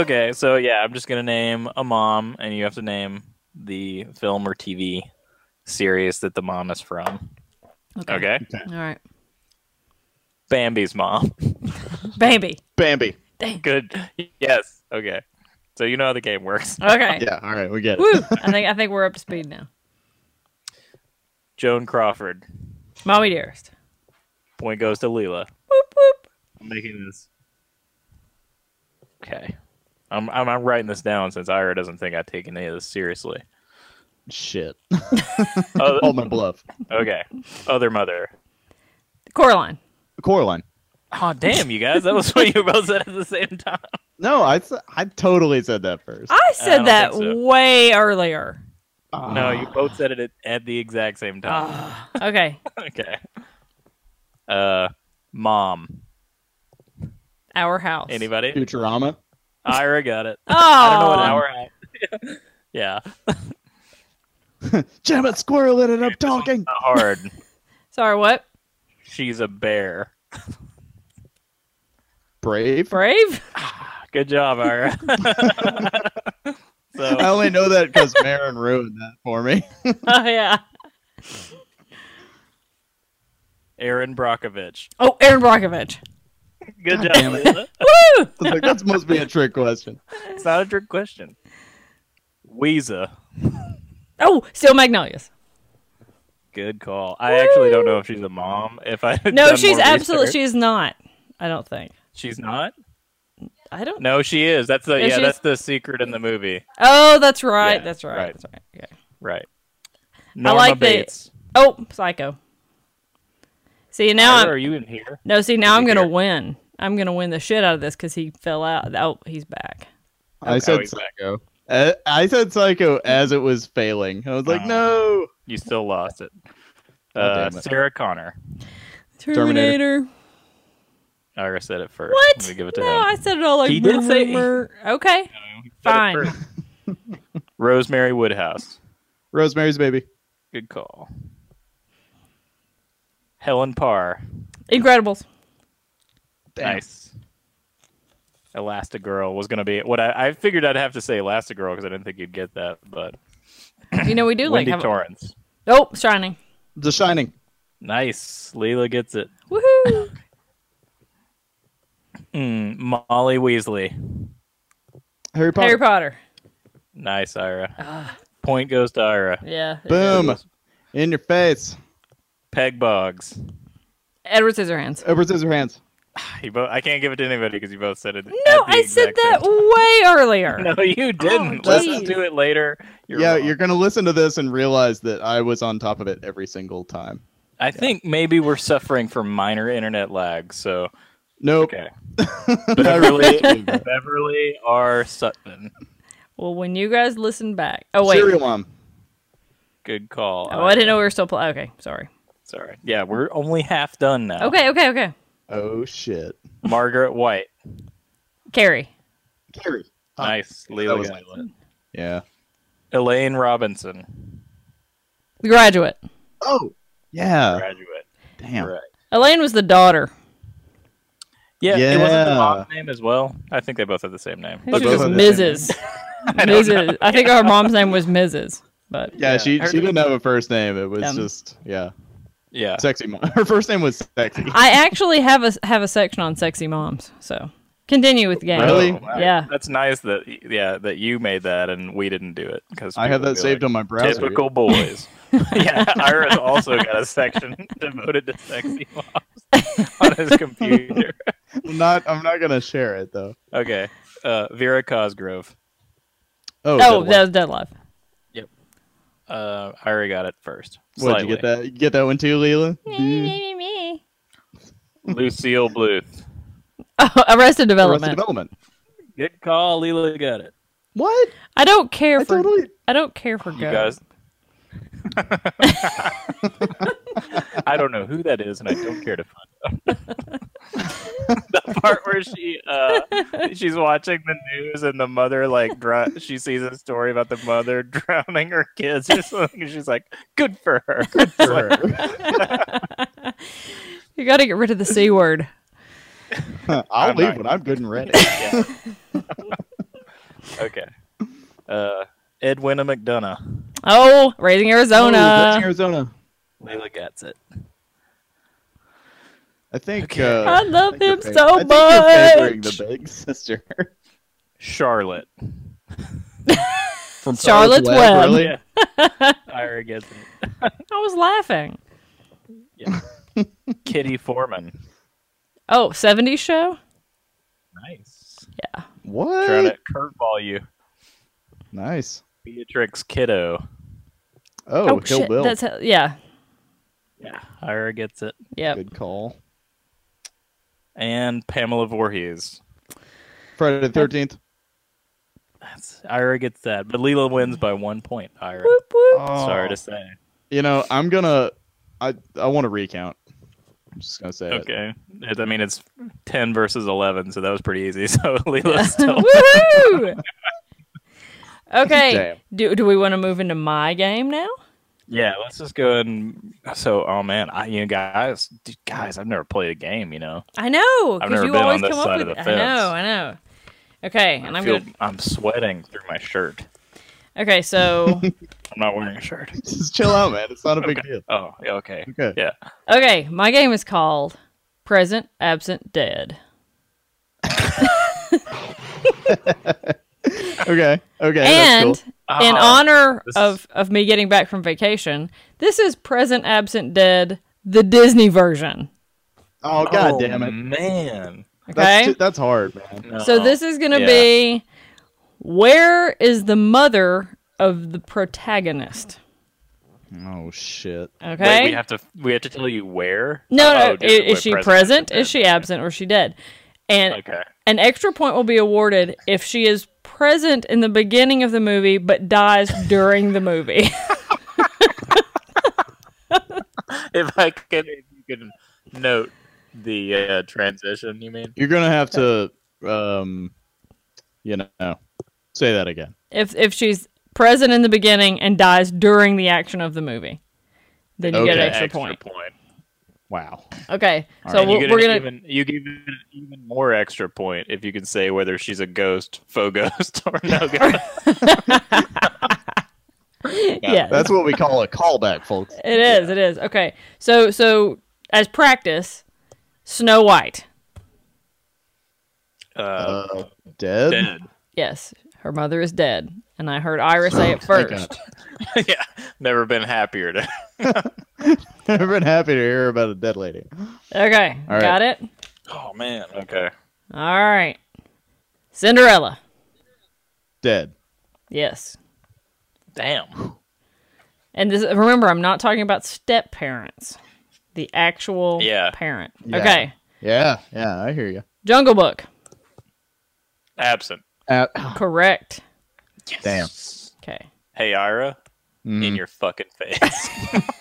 D: Okay, so yeah, I'm just gonna name a mom, and you have to name the film or TV series that the mom is from.
B: Okay.
D: Okay,
B: All right,
D: Bambi's mom.
B: baby.
C: Bambi.
D: Good. Yes. Okay. So you know how the game works.
B: Okay.
C: Yeah, all right, we get it.
B: Woo. I think I think we're up to speed now.
D: Joan Crawford.
B: Mommy dearest.
D: Point goes to Leela.
B: Boop boop.
D: I'm making this. Okay. I'm, I'm I'm writing this down since Ira doesn't think I take any of this seriously.
C: Shit.
D: Other,
C: Hold my bluff.
D: okay. Other mother.
B: Coraline.
C: Coraline.
D: Oh damn, you guys! That was what you both said at the same time.
C: No, I, s- I totally said that first.
B: I
D: I
B: said
D: don't
B: that
D: think so.
B: way earlier.
D: No, you both said it at, at the exact same time.
B: Okay.
D: Okay. Uh, mom.
B: Our house.
D: Anybody?
C: Futurama.
D: Ira got it.
B: Oh.
D: I don't know what hour. I... yeah.
C: Damn it, squirrel ended up talking.
D: Hard.
B: Sorry, what?
D: She's a bear.
C: Brave?
B: Brave?
D: Good job, Ira.
C: I
D: so
C: only know that because Marin ruined that for me.
B: Oh, yeah.
D: Aaron Brockovich.
B: Oh, Aaron Brockovich.
D: Good job. Lisa.
C: I was like, that must be a trick question.
D: It's not a trick question. Weezer.
B: Oh, Steel Magnolias.
D: Good call. I actually don't know if she's a mom. If I had
B: No,
D: done
B: she's
D: more
B: absolutely,
D: research.
B: she's not. I don't think.
D: she's not.
B: I don't know.
D: No, she is. That's the
B: Yeah,
D: yeah.
B: she's-
D: That's the secret in the movie.
B: Oh, that's right.
D: Yeah,
B: that's right.
D: right.
B: That's right. Okay.
D: Right. Norma
B: like the-
D: Bates.
B: Oh, Psycho. See, now
D: Ira,
B: I'm,
D: are you in here?
B: No, see now
D: Is
B: I'm
D: he
B: gonna
D: here?
B: win. I'm gonna win the shit out of this because he fell out. Oh, he's back.
C: I said
D: Oh, he's back.
C: psycho. Uh, I said psycho as it was failing. I was like,
D: Oh.
C: no.
D: You still lost it.
C: Oh,
D: Uh,
C: damn it.
D: Sarah Connor.
C: Terminator.
B: Terminator.
D: Ira said it first.
B: What?
D: I'm gonna give it to
B: no,
D: him.
B: I said it all like
D: He did
B: brr,
D: say-
B: brr, brr. Okay,
D: He said it
B: fine.
D: first. Rosemary Woodhouse.
C: Rosemary's Baby.
D: Good call. Helen Parr.
B: Incredibles.
C: Damn.
D: Nice. Elastigirl was gonna be what I, I figured I'd have to say Elastigirl because I didn't think you'd get that, but
B: You know we do like
D: Wendy
B: have. a-
D: Torrance.
B: Oh, Shining.
C: The Shining.
D: Nice. Leela gets it.
B: Woohoo!
D: Mm, Molly Weasley.
C: Harry Potter.
B: Harry Potter.
D: Nice, Ira.
B: Ah.
D: Point goes to Ira.
B: Yeah.
C: Boom. In your face.
D: Peg Boggs.
B: Edward Scissorhands.
C: Edward Scissorhands.
D: You both, I can't give it to anybody because you both said it.
B: No, I said that Oh, way earlier.
D: No, you didn't. Listen
B: geez.
D: to it later. You're
C: yeah,
D: wrong.
C: you're gonna listen to this and realize that I was on top of it every single time.
D: I think maybe we're suffering from minor internet lag. So
C: Nope.
D: okay,
C: I really-
D: Beverly R. Sutton.
B: Well, when you guys listen back. Oh wait.
C: Serial mom.
D: Good call.
B: Oh, I didn't know we were still playing. Okay, sorry.
D: Sorry. Yeah, we're only half done now.
B: Okay, okay, okay.
C: Oh shit.
D: Margaret White.
B: Carrie.
C: Carrie.
D: Nice.
C: Ah, That
D: Leela.
C: was
D: got it.
C: Yeah.
D: Elaine Robinson.
B: The graduate.
C: Oh. Yeah.
D: Graduate.
C: Damn.
D: Right.
B: Elaine was the daughter.
D: Yeah, it wasn't the
C: Yeah.
D: mom's name as well. I think they both have the same name.
B: I think
C: They both
B: she was
C: have the
B: Mrs. Mrs. I think our mom's name was Mrs. But
C: Yeah,
D: Yeah.
C: she
D: Her-
C: she didn't have a first name. It was
B: Um,
C: just yeah,
D: Yeah.
C: sexy mom. Her first name was sexy.
B: I actually have a have a section on sexy moms. So continue with the game.
C: Really?
D: Oh, wow.
B: Yeah.
D: That's nice that yeah that you made that and we didn't do it because
C: I have that saved on my browser.
D: Typical boys. yeah, Ira's also got a section devoted to sexy moms on his computer.
C: I'm not I'm not gonna share it though.
D: Okay, uh, Vera Cosgrove.
C: Oh,
B: Oh,
C: Deadwood.
B: that was Dead Life.
D: Uh, Ira got it first.
C: what did you get
D: Slightly.
C: that? You get that one too, Leela? Dude.
E: me, me.
D: Lucille Bluth.
B: Oh, Arrested
C: Arrested
B: Development.
C: Development.
D: Good call, Leela got it.
C: What?
B: I don't care
C: I
B: for
C: totally.
B: I don't care for
D: You
B: Go.
D: guys. I don't know who that is, and I don't care to find out. the part where she uh, she's watching the news and the mother like dr- she sees a story about the mother drowning her kids or something, and she's like, "Good for her."
B: You got to get rid of the c word.
C: I'll
D: I'm
C: leave
D: not-
C: when I'm good and ready.
D: Yeah. okay. Uh, Edwina McDonough.
B: Oh, Raising
C: Oh, that's in
B: Arizona.
C: Arizona.
D: Layla gets it.
C: I think.
D: Okay.
C: Uh,
B: I love
C: I think you're
B: him
C: fav-
B: so
C: I think you're favoring
B: much.
C: the big sister
D: Charlotte.
C: from
B: Charlotte's Web.
C: Really?
D: Yeah. Ira gets it.
B: I was laughing.
D: Kitty Foreman.
B: Oh, 70s show?
D: Nice.
C: What?
D: Trying to curveball you.
C: Nice.
D: Beatrix Kiddo.
C: Oh, Kill
B: shit.
C: Bill.
B: That's how, yeah.
D: Yeah. Ira gets it.
B: Yep.
C: Good call.
D: And Pamela Voorhees.
C: Friday the Thirteenth.
D: That's, Ira gets that. But Leela wins by one point, Ira.
B: Whoop, whoop.
D: Sorry
C: Oh.
B: Oh.
D: to say.
C: You know, I'm gonna. I I want to recount. I'm just gonna say it.
D: Okay. It- I mean, it's 10 versus 11, so that was pretty easy. So Leela's still.
B: Woohoo! okay.
C: Damn.
B: Do, do we want to move into my game now?
D: Yeah, let's just go ahead and. So, oh man, I you guys, d- guys, I've never played a game. You know,
B: I know
D: I've
B: because
D: never
B: you
D: been
B: always
D: on this
B: come up
D: side
B: with.
D: of the
B: I know,
D: fence.
B: I know. Okay, and
D: I
B: I'm
D: feel
B: gonna.
D: I'm sweating through my shirt.
B: Okay, so
D: I'm not wearing a shirt.
C: Just chill out, man. It's not a big deal.
D: Oh, yeah, okay,
C: Okay.
D: yeah.
B: okay, my game is called Present, Absent, Dead.
C: Okay. Okay. that's
B: and
C: cool.
B: in
D: Oh,
B: honor
D: this is-
B: of of me getting back from vacation, this is present absent dead the Disney version.
C: Oh god damn
D: Oh,
C: it.
D: man.
B: Okay,
C: That's too- that's hard, man.
B: so this is gonna
D: yeah.
B: be where is the mother of the protagonist?
C: Oh shit.
B: Okay,
D: Wait, we have to we have to tell you where.
B: no,
D: Oh,
B: no,
D: oh,
B: i-
D: just
B: is,
D: what
B: she
D: president
B: present?
D: it
B: Is she absent? Or is she dead? And
D: Okay.
B: an extra point will be awarded if she is present in the beginning of the movie but dies during the movie.
D: If I could, if you could note the uh, transition. You mean?
C: You're gonna have to um you know say that again.
B: if if she's present in the beginning and dies during the action of the movie, then you get an
C: Okay,
B: extra, point.
C: Wow.
B: Okay, so
D: So
B: we'll,
D: you get
B: we're
D: an
B: gonna
D: even, you give it an even more extra point if you can say whether she's a ghost, faux ghost, or no ghost.
B: yeah,
C: That's what we call a callback, folks.
B: it is it is okay. So so as practice, Snow White.
D: Uh,
C: Uh, dead?
D: dead.
B: Yes, her mother is dead, and I heard Ira say it first.
D: yeah, never been happier. To,
C: I've been happy to hear about a dead lady.
B: Okay,
C: All right.
B: got it.
D: oh man. Okay.
B: All right, Cinderella.
C: Dead.
B: Yes,
D: Damn.
B: and this remember I'm not talking about step parents, the actual
D: Yeah.
B: parent.
C: Yeah.
B: Okay,
C: Yeah, yeah, I hear you.
B: Jungle Book.
D: Absent.
C: Uh,
B: Correct.
C: Damn. Mm-hmm.
B: Okay.
D: Hey Ira, in your fucking face.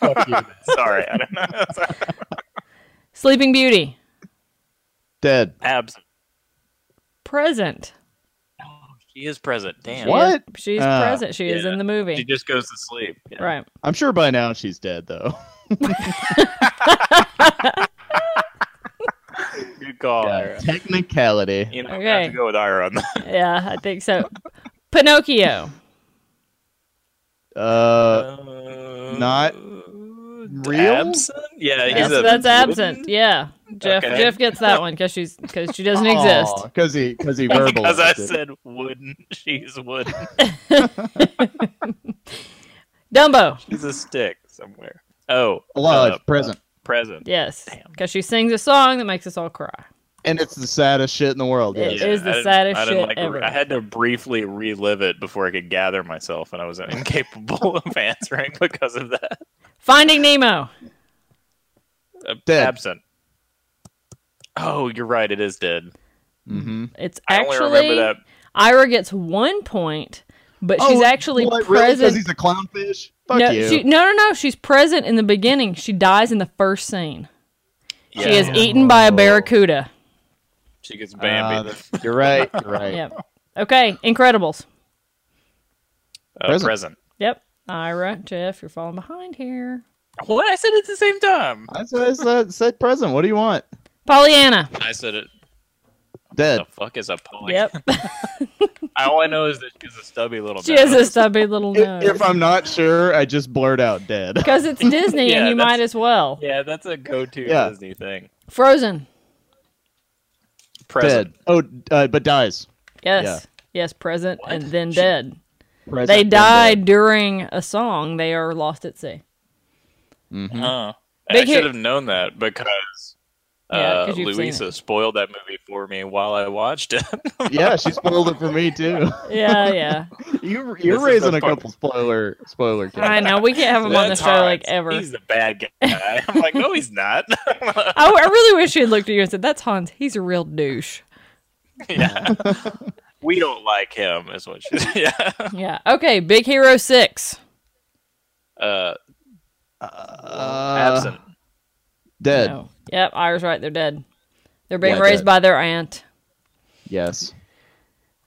D: Sorry, I don't know.
B: Sleeping Beauty.
C: Dead.
D: Absent.
B: Present.
D: She is present. Damn.
C: What?
B: She is- She's
C: Ah,
B: present. She is
D: yeah.
B: in the
D: She
B: movie.
D: just goes to sleep. Yeah.
B: Right.
C: I'm sure by now she's dead, though.
D: Good call,
C: Yeah,
D: Ira.
C: Technicality.
D: You know, I
B: Okay.
D: have to go with Ira on that.
B: Yeah, I think so. Pinocchio.
C: Uh,
D: Uh,
C: not real?
D: Absent? Yeah, he's
B: That's,
D: a
B: that's absent.
D: wooden-
B: Yeah. Jeff
D: Okay.
B: Jeff gets that one because she's because she doesn't exist.
C: Because he, cause he
D: Because I
C: verbalized it.
D: said wooden. She's wooden.
B: Dumbo.
D: She's a stick somewhere. Oh,
C: Alive,
D: uh,
C: present.
D: present.
B: Yes.
D: Damn.
B: Because she sings a song that makes us all cry.
C: And it's the saddest shit in the world.
B: It
C: Yeah.
B: is the
D: I didn't-
B: saddest
D: I didn't
B: shit
D: like-
B: ever.
D: I had to briefly relive it before I could gather myself, and I was incapable of answering because of that.
B: Finding Nemo.
D: Uh,
C: Dead.
D: Absent. Oh, you're right. It is dead.
C: Mm-hmm.
B: It's
D: I only remember
B: actually
D: that.
B: Ira gets one point, but
C: Oh,
B: she's actually
C: Because
B: present.
C: he's a clownfish? Fuck
B: no,
C: you.
B: she- no, no, no. She's present in the beginning. She dies in the first scene. She
D: Yeah. Oh.
B: is eaten by a barracuda.
D: She gets
C: Ah,
D: Bambi.
C: that's- you're right. You're right.
B: Yep. Okay. Incredibles.
D: Uh,
C: Present.
D: present.
B: Yep. Ira, Jeff, you're falling behind here.
D: What? I said it at the same time.
C: That's what I said, said present. What do you want?
B: Pollyanna.
D: I said it.
C: Dead.
D: The fuck is a poly?
B: Yep.
D: I- All I know is that she's a stubby little.
B: she is
D: nose.
B: a stubby little
C: If, if
B: nose.
C: I'm not sure, I just blurt out dead.
B: Because it's Disney
D: Yeah,
B: and you
D: that's-
B: might as well.
D: Yeah, that's a go-to
C: Yeah.
D: Disney thing.
B: Frozen.
D: Present.
C: Dead. Oh, uh, but dies.
B: Yes.
C: Yeah.
B: Yes, present
D: What?
B: and then
D: She-
B: dead.
C: Present,
B: They
C: then
B: died
C: dead.
B: during a song. They are lost at sea.
C: Hmm.
D: Huh.
B: Big
D: I should
B: hit-
D: have known that because
B: Yeah,
D: uh,
B: 'cause you've seen
D: Louisa spoiled that movie for me while I watched it.
C: Yeah, she spoiled it for me too.
B: Yeah, yeah.
C: You,
D: is
C: you're
D: the
C: raising a
D: part-
C: couple spoiler spoiler. kids.
B: I know. We can't have him on the
D: That's
B: show
D: hard.
B: like ever.
D: He's the bad guy. I'm like, no, he's not.
B: I, I really wish she had looked at you and said, That's Hans. He's a real douche.
D: yeah. We don't like him, is what she's. Yeah.
B: Yeah. Okay. Big Hero 6.
D: Uh,
C: Uh,
D: absent.
C: Dead.
B: No. Yep, Ira's right. They're dead. They're being
C: Yeah,
B: raised
C: dead.
B: by their aunt.
C: Yes.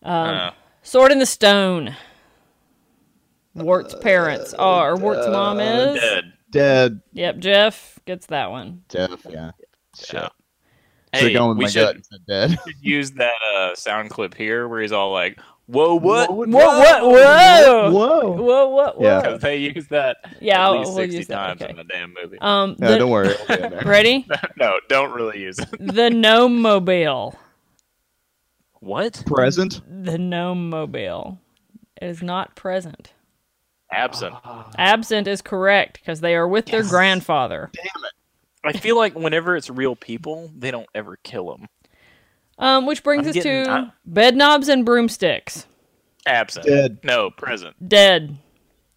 B: Um,
D: Uh,
B: Sword in the Stone.
C: Uh,
B: Wart's parents are, or Wart's mom is.
D: Dead.
C: Dead.
B: Yep, Jeff gets that one.
C: Jeff, yeah. Shit. Should've
D: Hey,
C: gone with
D: we
C: my
D: should
C: gut and said dead.
D: use that uh, sound clip here where he's all like, "Whoa, what?"
B: Whoa, what? Whoa! Whoa,
C: Whoa.
B: whoa, whoa.
C: Yeah.
D: 'Cause they use that
B: Yeah,
D: at
B: I'll-
D: least
B: we'll
D: 60
B: use that,
D: times
B: okay.
D: in the damn movie.
B: Um,
C: No,
B: the-
C: don't worry. it'll be in there.
B: Ready?
D: no, don't really use it.
B: the gnome mobile.
D: What?
C: Present.
B: The gnome mobile is not present.
D: Absent.
B: Absent is correct because they are with their grandfather.
D: I feel like whenever it's real people, they don't ever kill them.
B: Um, which brings
D: I'm
B: us
D: getting-
B: to
D: I-
B: bed knobs and broomsticks.
D: Absent.
C: Dead.
D: No, present.
B: Dead.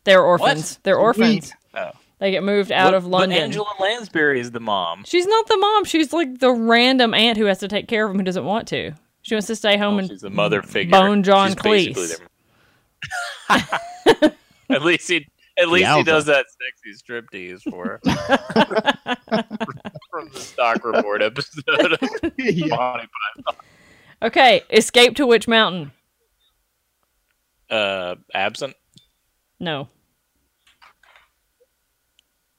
B: They're orphans. They're orphans.
D: Oh.
B: They get moved out
D: But-
B: of London.
D: But Angela Lansbury is the mom.
B: She's not the mom. She's like the random aunt who has to take care of him who doesn't want to. She wants to stay home and
D: Oh, She's the mother figure.
B: Bone John
D: She's basically
B: Cleese.
D: their- at least he, at least he
C: Yowza.
D: does that sexy striptease for her. from the stock report episode. Of Monty
B: Okay, escape to which mountain?
D: Python. Uh, absent,
B: No.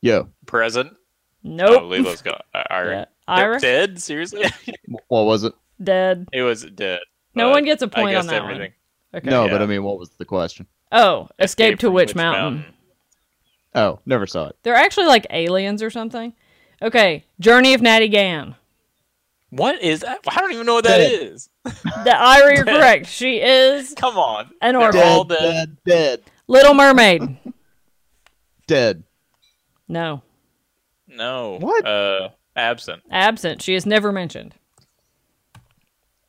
C: Yo,
D: present.
B: Nope.
D: Oh, Lilo's gone. Ira.
B: Yeah.
D: Ira?
B: Ira?
D: Dead? Seriously?
C: what was it?
B: Dead.
D: it was dead.
B: No
D: but
B: one gets a
D: Uh, I
B: point
D: guess
B: on that
D: everything.
B: Okay.
C: No,
D: Yeah.
C: but I mean, what was the question?
B: Oh, escape, to which mountain?
C: Oh, never saw it.
B: They're actually like aliens or something. Okay, Journey of Natty Gann.
D: What is that? I don't even know what that is.
C: Dead.
B: The Ira, you're correct. She is
D: Come on.
B: an
D: They're
B: orphan.
D: all
C: Dead,
D: dead.
C: dead, dead,
B: Little Mermaid.
C: dead.
B: No.
D: No.
C: What?
D: Uh, absent.
B: Absent. She is never mentioned.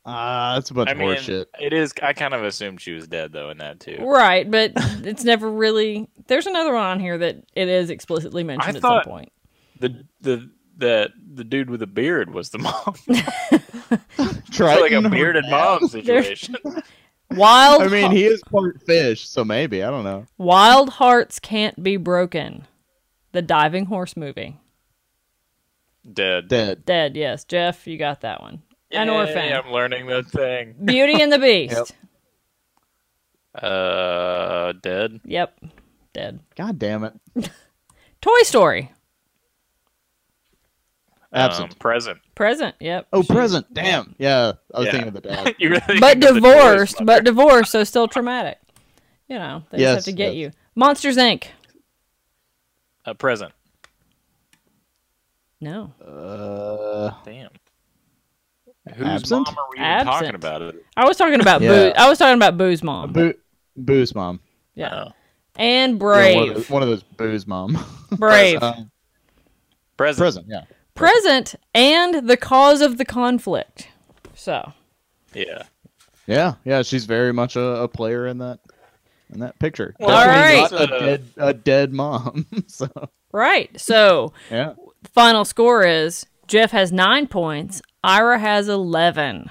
C: Ah, that's a bunch
D: I
C: of
D: mean,
C: horseshit.
D: it is. I kind of assumed she was dead though in that too.
B: Right, but it's never really. There's another one on here that it is explicitly mentioned
D: I
B: at
D: thought-
B: some point.
D: The the the the dude with the beard was the mom.
C: Try
D: like a bearded mom situation.
B: Wild.
C: I mean,
B: Ho-
C: he is part fish, so maybe I don't know.
B: Wild Hearts Can't Be Broken. The diving horse movie.
D: dead.
C: Dead.
B: Dead. Yes, Jeff, you got that one. An
D: Yay,
B: orphan.
D: I'm learning that thing.
B: Beauty and the Beast.
D: Uh, dead.
B: Yep. Dead.
C: God damn it.
B: Toy Story.
C: Absent.
D: Um, present.
B: Present. Yep.
C: oh, present. Damn. Yeah, I was
D: Yeah.
C: thinking of the dad.
D: You really
B: but
D: think of the
B: divorced,
D: Jewish
B: but divorced, so still traumatic. You know, they
C: Yes,
B: just have to get you.
C: yes.
B: Monsters Inc.
D: mother. Uh, present.
B: No.
C: Uh,
D: Damn. Whose
C: absent.
D: mom are we even
B: Absent.
D: talking about? It.
B: I was talking about
C: Yeah.
B: Boo. I was talking about Boo's mom.
C: Boo- booze mom.
B: yeah.
D: Oh.
B: And
C: Yeah, one, of
B: Brave.
C: those, one of those booze mom.
B: Brave.
C: Um,
D: Present.
C: present. Yeah.
B: Present and the cause of the conflict. So,
D: Yeah.
C: Yeah. Yeah. She's very much a, a player in that in that picture.
D: Well,
C: Definitely
D: all right.
C: not a dead a dead mom. so
B: right. So,
C: yeah.
B: final score is Jeff has nine points, Ira has 11.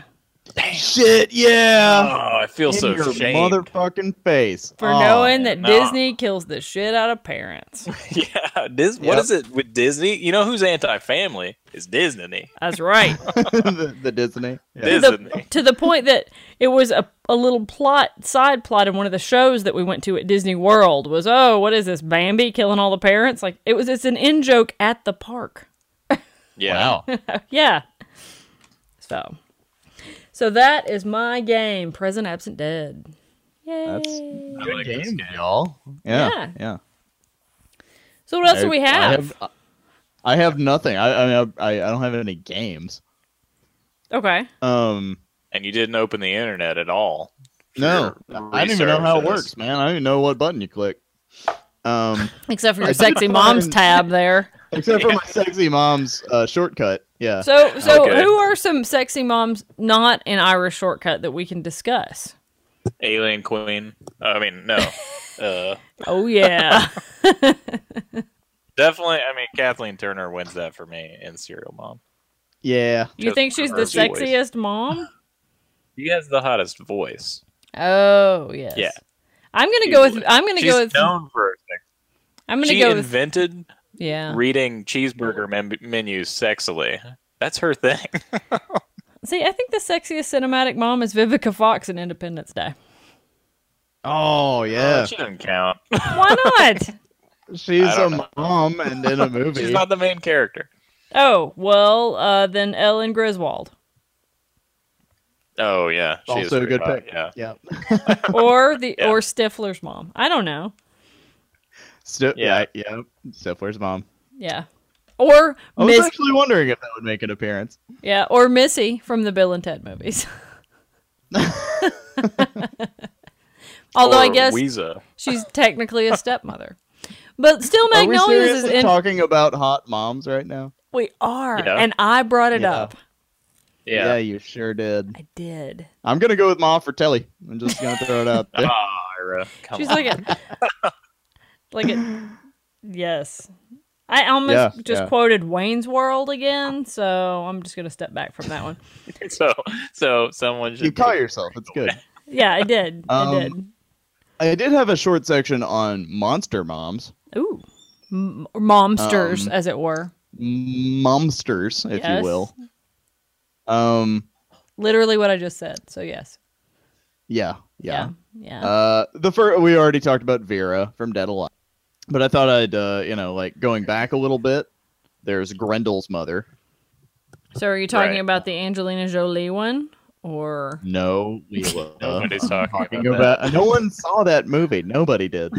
C: Shit.
D: Oh,
C: Yeah.
D: I feel so
C: In your
D: ashamed.
C: motherfucking face
B: For
C: Oh,
B: knowing that
D: nah.
B: Disney kills the shit out of parents.
D: Yeah, Dis- what
C: Yep.
D: is it with Disney? You know who's anti-family? It's Disney.
B: That's right.
C: Oh, the, the Disney. Yeah.
D: Dis-
B: to
D: Isn't
B: the,
D: he?
B: to the point that it was a, a little plot side plot in one of the shows that we went to at Disney World was oh what is this Bambi killing all the parents like it was it's an in joke at the park
D: Yeah.
C: Oh.
B: yeah so so that is my game present absent dead Yay.
C: That's
D: I
C: good
D: like this
C: game,
D: game.
C: y'all. Yeah.
B: Yeah.
C: Yeah.
B: so what else do we
C: I-
B: have?
C: I have, I have nothing. I I, mean, I I don't have any games.
B: okay
C: Um.
D: And you didn't open the internet at all.
C: No,
D: Your
C: I don't even know how it
D: research
C: works,
D: is-
C: man. I don't even know what button you click. Um,
B: except for
C: I
B: your
C: did
B: sexy moms
C: find-
B: tab there
C: except for my sexy mom's uh, shortcut. Yeah.
B: so so
D: Okay.
B: who are some sexy moms not in Irish shortcut that we can discuss
D: Alien Queen. I mean, no. uh,
B: oh yeah
D: definitely. I mean, Kathleen Turner wins that for me in Serial Mom.
C: yeah.
B: you think she's the
D: Her voice.
B: sexiest mom
D: She has the hottest voice.
B: Oh yes.
D: Yeah.
B: I'm gonna
D: She's
B: go with.
D: like-
B: I'm gonna
D: She's
B: go with.
D: known for. her sex-
B: I'm gonna
D: She
B: go with.
D: invented
B: Yeah.
D: reading cheeseburger men- menus sexily. That's her thing.
B: See, I think the sexiest cinematic mom is Vivica Fox in Independence Day.
C: Oh yeah,
D: She doesn't count.
B: Why not?
C: she's
D: I
C: a
D: don't know.
C: mom and in a movie.
D: She's not the main character.
B: Oh, well, uh, then Ellen Griswold.
D: Oh yeah, she was
C: also a
D: pretty
C: good
D: hot,
C: pick.
D: Yeah,
C: yeah.
B: Or the
D: Yeah.
B: or Stifler's mom. I don't know.
C: Still,
D: Yeah.
C: yeah, yeah. Stifler's mom.
B: Yeah. Or
C: I
D: Oh,
C: was
B: Miss
C: actually wondering if that would make an appearance.
B: Yeah, or Missy from the Bill and Ted movies. Although I
D: Or
B: guess
D: Weeza.
B: she's technically a stepmother. But still
C: Are we
B: Magnolias is
C: seriously
B: in
C: talking about hot moms right now?
B: we are.
D: Yeah.
B: And I brought it
C: Yeah.
B: up.
D: Yeah.
C: you sure did.
B: I did.
C: I'm gonna go with Ma for Telly. I'm just gonna throw it out there.
D: Ah, Ira. Come
C: Oh,
B: She's
D: on.
B: like a like a yes. I almost
C: Yeah,
B: just
C: yeah.
B: quoted Wayne's World again, so I'm just gonna step back from that one.
D: so so someone should
C: you call
D: take-
C: yourself. It's good.
B: Yeah, I did. I
C: Um,
B: did.
C: I did have a short section on monster moms,
B: Ooh, M- momsters,
C: Um,
B: as it were.
C: momsters, if
B: Yes.
C: you will. Um,
B: Literally what I just said. So yes.
C: yeah, yeah.
B: Yeah.
C: Uh, the first we already talked about Vera from Dead Alive, but I thought I'd uh, you know like going back a little bit. There's Grendel's mother.
B: so are you talking
D: right.
B: about the Angelina Jolie one or
C: No, Leela.
D: Nobody's talking,
C: Talking
D: about,
C: about- no one saw that movie. Nobody did.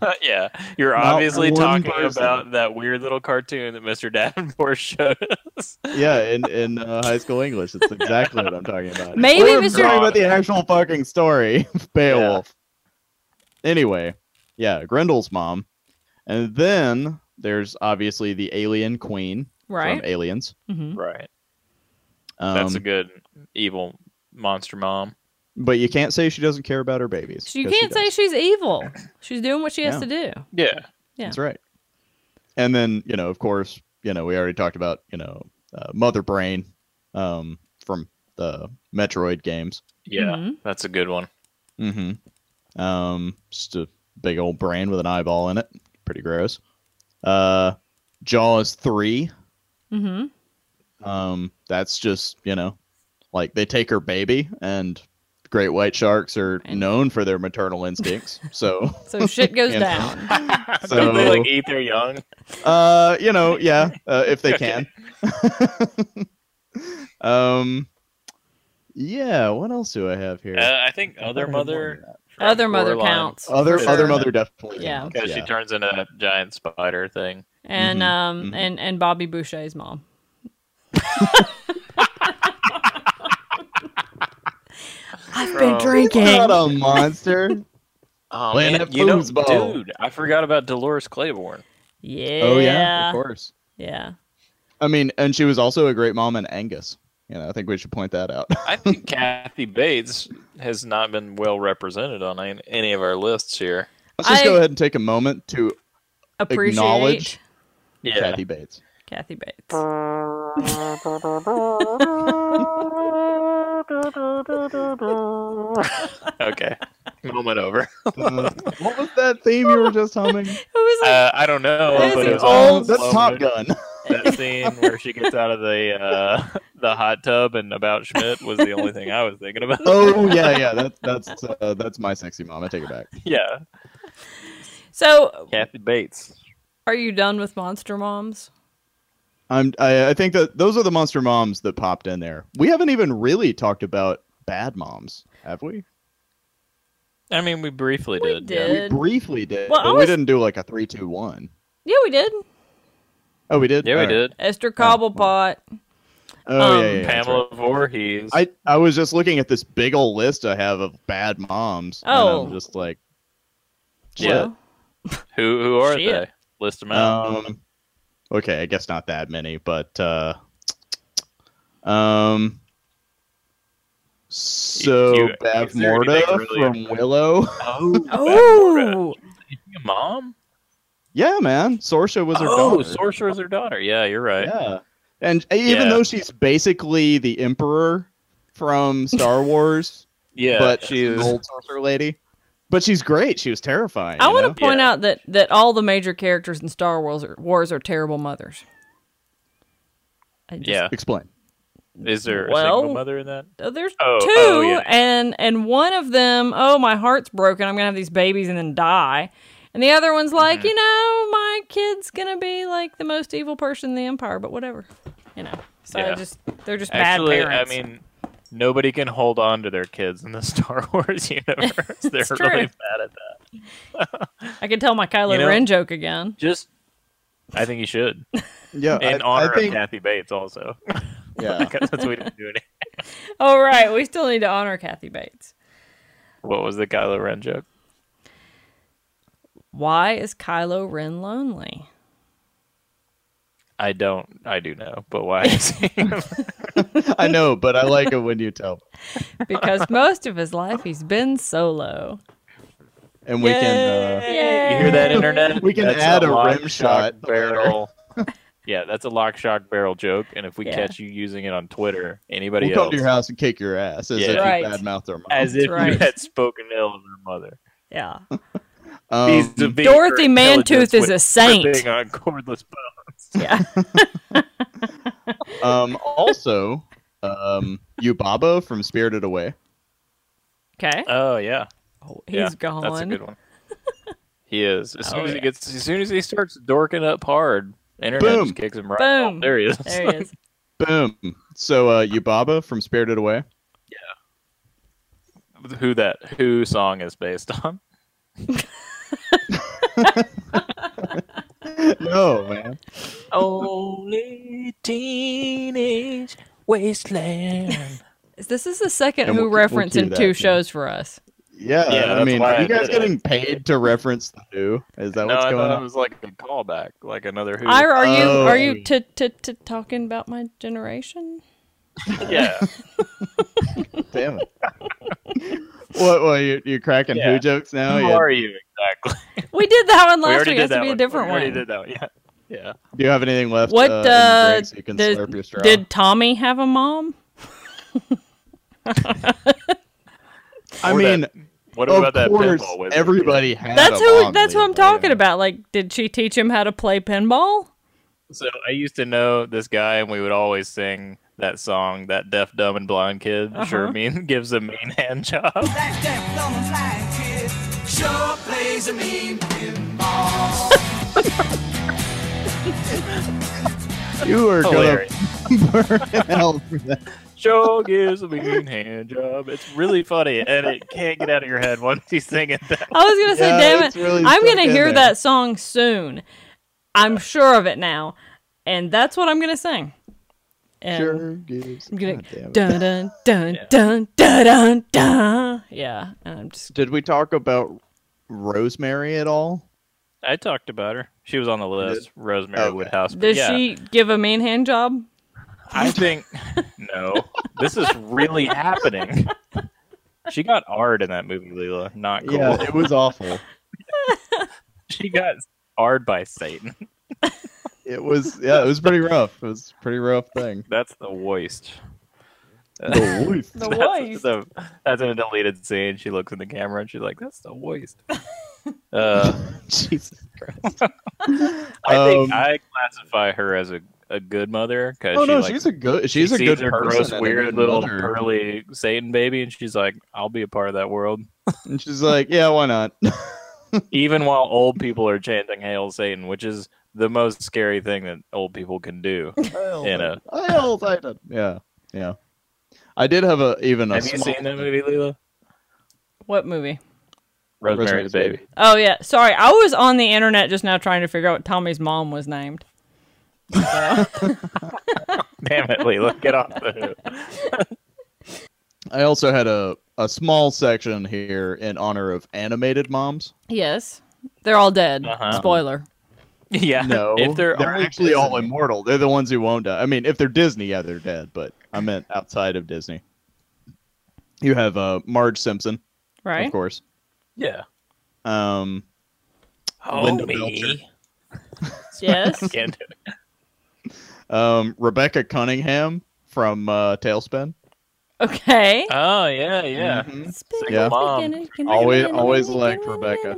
D: that. yeah, you're
C: Not
D: obviously
C: one
D: talking
C: person.
D: about that weird little cartoon that Mr. Davenport showed us.
C: Yeah, in in uh, high school English, it's exactly what I'm talking about.
B: Maybe
C: We're
B: Mr.
C: talking about the actual fucking story, of Beowulf. Anyway, yeah, Grendel's mom, and then there's obviously the alien queen
B: right?
C: from Aliens.
B: hmm
D: Right.
C: Um,
D: That's a good evil monster mom.
C: But you can't say she doesn't care about her babies.
B: So you
C: 'cause she
B: can't say
C: does.
B: she's evil. She's doing what she has
C: Yeah.
B: to do.
D: Yeah.
B: yeah.
C: That's right. And then you know, of course, you know, we already talked about you know, uh, Mother Brain, um, from the Metroid games.
D: Yeah.
B: Mhm.
D: That's a good one.
C: Mm-hmm. Um, just a big old brain with an eyeball in it. Pretty gross. Uh, Jaws three.
B: hmm
C: Um, that's just you know, like they take her baby, and great white sharks are
B: Right.
C: known for their maternal instincts. So,
B: So shit goes
C: You know.
B: down.
D: Don't they
C: so
D: like eat their young?
C: uh, you know, yeah, uh, if they can. um, yeah. What else do I have here?
D: Uh, I think other
C: I had more than
D: mother.
C: that.
D: from
B: Other mother
D: Coraline,
B: counts.
C: Other,
B: for
C: other
B: sure.
C: mother definitely.
B: Yeah.
C: counts,
D: Because she turns into a giant spider thing.
B: and
C: Mhm,
B: um
C: mhm.
B: and and Bobby Boucher's mom.
G: I've been
D: Bro.
G: drinking.
C: Not a uh, monster.
D: Oh,
C: Planet
D: man, you know,
C: Foosball.
D: dude, I forgot about Dolores Claiborne.
B: Yeah.
C: Oh yeah, of course.
B: Yeah.
C: I mean, and she was also a great mom in Angus. You know, I think we should point that out.
D: I think Kathy Bates has not been well represented on an- any of our lists here.
C: Let's just
B: I-
C: go ahead and take a moment to
B: Appreciate
C: Acknowledge.
D: Yeah.
C: Kathy Bates.
B: Kathy Bates.
D: Okay. Moment over.
C: Uh, what was that theme you were just humming?
B: Who was like
D: Uh, I don't know.
B: That is
D: but
B: an
D: it was
B: old-
D: on
C: That's Top Gun.
D: That scene where she gets out of the uh, the hot tub and about Schmidt was the only thing I was thinking about.
C: Oh yeah, yeah. That's that's uh, that's my sexy mom. I take it back.
D: Yeah.
B: So
D: Kathy Bates.
B: are you done with monster moms?
C: I'm. I, I think that those are the monster moms that popped in there. We haven't even really talked about bad moms, have we?
D: I mean, we briefly
B: We
D: did.
B: did.
C: We briefly did,
B: Well, I
C: but
B: was-
C: we didn't do like a three, two, one.
B: Yeah, we did.
C: Oh, we did.
D: Yeah, yeah we
C: All right.
D: did.
B: Esther Cobblepot.
C: Oh
B: Um,
C: yeah, yeah, yeah, that's right.
D: Pamela Voorhees.
C: I, I was just looking at this big old list I have of bad moms.
B: Oh.
C: And I'm just like,
D: Yeah. who who are
B: Shit.
D: they? List them out.
C: um, okay, I guess not that many, but uh, um, so
D: You- you-
C: Bav
D: is there
C: Morda
D: anything really-
C: from Willow.
D: oh,
B: Oh,
D: your mom?
C: Yeah, man, Sorsha was her
D: oh,
C: daughter.
D: Sorcerer's her daughter. Yeah, you're right.
C: Yeah, and e, even
D: Yeah.
C: though she's basically the Emperor from Star Wars,
D: Yeah,
C: but she's
D: she's
C: an old sorcerer lady. But she's great. She was terrifying.
B: I
C: you
B: want
C: know?
B: to point
D: Yeah.
B: out that that all the major characters in Star Wars are, Wars are terrible mothers. I just-
D: yeah.
C: explain.
D: Is there a
B: Well-
D: single mother in that?
B: Uh, There's two,
D: Oh, oh, yeah.
B: and and one of them, oh my heart's broken. I'm gonna have these babies and then die. And the other one's like,
D: Mm-hmm.
B: you know, my kid's gonna be like the most evil person in the empire, but whatever, you know. So
D: Yeah.
B: just they're just
D: Actually,
B: bad parents.
D: I mean, nobody can hold on to their kids in the Star Wars universe. They're
B: It's true.
D: really bad at that.
B: I could tell my Kylo
D: you know-
B: Ren joke again.
D: Just, I think you should.
C: Yeah,
D: In
C: I,
D: honor
C: I think,
D: of Kathy Bates, also,
C: yeah,
D: because that's what we didn't do any.
B: Oh right, we still need to honor Kathy Bates.
D: What was the Kylo Ren joke?
B: Why is Kylo Ren lonely?
D: I don't. I do know, but why? is he-
C: I know, but I like it when you tell.
B: Because most of his life he's been solo.
C: And we can. Uh,
D: you hear that, internet?
C: We can
D: That's
C: add a
D: lock,
C: rim
D: shock,
C: shot there.
D: barrel. yeah, that's a lock shock barrel joke, and if we
B: Yeah.
D: catch you using it on Twitter, anybody
C: we'll come to
D: else,
C: your house and kick your ass as
D: Yeah.
C: if you
B: Right.
C: badmouth their mom.
D: as if
B: right.
D: you had spoken ill of her mother.
B: Yeah.
C: Um,
D: Vis-a-vis
B: Dorothy
D: her
B: Mantooth
D: intelligence
B: is a
D: with
B: saint.
D: tripping on cordless phones.
B: Yeah.
C: um, also, um, Yubaba from Spirited Away.
B: Okay.
D: Oh yeah,
B: Oh, he's
D: yeah,
B: gone.
D: That's a good one. He is. As soon
B: Oh,
D: as he
B: yeah.
D: gets, as soon as he starts dorking up hard, internet
C: Boom.
D: just kicks him right.
B: Boom.
D: off. There he is.
B: There he is.
C: Boom. So uh, Yubaba from Spirited Away.
D: who that who song is based on?
C: No man.
D: Only teenage wasteland.
B: This is the 2nd
C: And
B: Who
C: we'll- we'll
B: reference
C: cue
B: in
C: that,
B: two
C: yeah.
B: shows for us.
C: Yeah,
D: Yeah,
C: I
D: that's
C: mean,
D: why
C: are
D: I
C: you guys
D: did it.
C: getting paid to reference the new? Is that
D: no,
C: what's
D: I
C: going
D: thought it
C: on?
D: was like a callback, like another Who.
B: Ira, are you
C: Oh.
B: are you t- t- t- talking about my generation?
D: yeah,
C: Damn it. what? Well, you, you're cracking
D: Yeah.
C: who jokes now?
D: who
C: Oh, Yeah.
D: are you exactly?
B: We did that one
D: we
B: last
D: already
B: week. It
D: did
B: has
D: that
B: to be
D: one.
B: a different
D: we already
B: one.
D: did that one. Yeah, yeah.
C: Do you have anything left?
B: What
C: in the
B: uh,
C: drink so you can
B: did,
C: slurp your straw?
B: did Tommy have a mom?
C: I
D: Or that-
C: mean,
D: What
C: of
D: about that
C: course,
D: pinball wizard?
C: everybody had.
B: That's
C: a
B: who.
C: mom,
B: That's who I'm
C: Levi.
B: talking about. Like, did she teach him how to play pinball?
D: So I used to know this guy, and we would always sing that song, that deaf, dumb, and blind kid sure mean gives a mean hand job.
I: That deaf, dumb, and blind kid sure plays a mean pinball.
C: You are going
D: Hilarious.
C: to burn in hell for that.
D: Sure gives a mean hand job. It's really funny, and it can't get out of your head once he's singing that.
B: I was gonna say,
C: Yeah,
B: damn it,
C: it's really
B: I'm
C: stuck
B: gonna
C: in
B: hear
C: there.
B: that song soon. I'm sure of it now, and that's what I'm gonna sing. And
C: Sure gives.
B: I'm gonna
C: God damn it.
B: dun dun dun dun dun dun dun. Yeah, and I'm just
C: Did we talk about Rosemary at all?
D: I talked about her. She was on the list. Rosemary
C: Okay.
D: Woodhouse. but
B: Does
D: yeah,
B: she give a mean hand job?
D: I think no. This is really happening. She got ard in that movie, Leela. Not cool.
C: Yeah, it was awful.
D: She got ard by Satan.
C: It was yeah, it was pretty rough. It was a pretty rough thing.
D: That's the worst.
C: The
B: The
C: wolf.
D: that's, the, that's in a deleted scene. She looks in the camera and she's like, "That's the waste." uh,
C: Jesus Christ.
D: I
C: Um,
D: think I classify her as a, a good mother because
C: Oh
D: she,
C: no,
D: like,
C: she's a good. She's
D: she
C: a
D: sees
C: good
D: her
C: person.
D: gross,
C: and a
D: weird
C: good
D: little
C: mother.
D: curly Satan baby, and she's like, "I'll be a part of that world,"
C: And she's like, yeah, why not?
D: even while old people are chanting "Hail Satan," which is the most scary thing that old people can do. in a,
C: Hail Satan. Yeah, yeah. I did have a even a.
D: have you
C: small-
D: seen that movie, Leela?
B: What movie?
D: Rosemary's
C: Rosemary's Baby.
D: Baby.
B: Oh yeah, sorry. I was on the internet just now trying to figure out what Tommy's mom was named.
D: Damn it, Leela, get off the hook.
C: I also had a a small section here in honor of animated moms.
B: Yes, they're all dead.
D: Uh-huh.
B: Spoiler.
D: Yeah,
C: No,
D: if they're, all
C: actually all
D: Disney.
C: immortal. They're the ones who won't die. I mean, if they're Disney, yeah, they're dead. But I meant outside of Disney. You have uh, Marge Simpson,
B: Right.
C: of course.
D: yeah.
C: Um,
D: Oh,
C: Linda
D: me.
C: Belcher.
B: Yes.
D: Can't do it.
C: um, Rebecca Cunningham from uh, Tailspin.
B: Okay.
D: Oh yeah, yeah.
B: Mm-hmm.
C: Yeah.
D: mom.
C: Always, always liked Rebecca.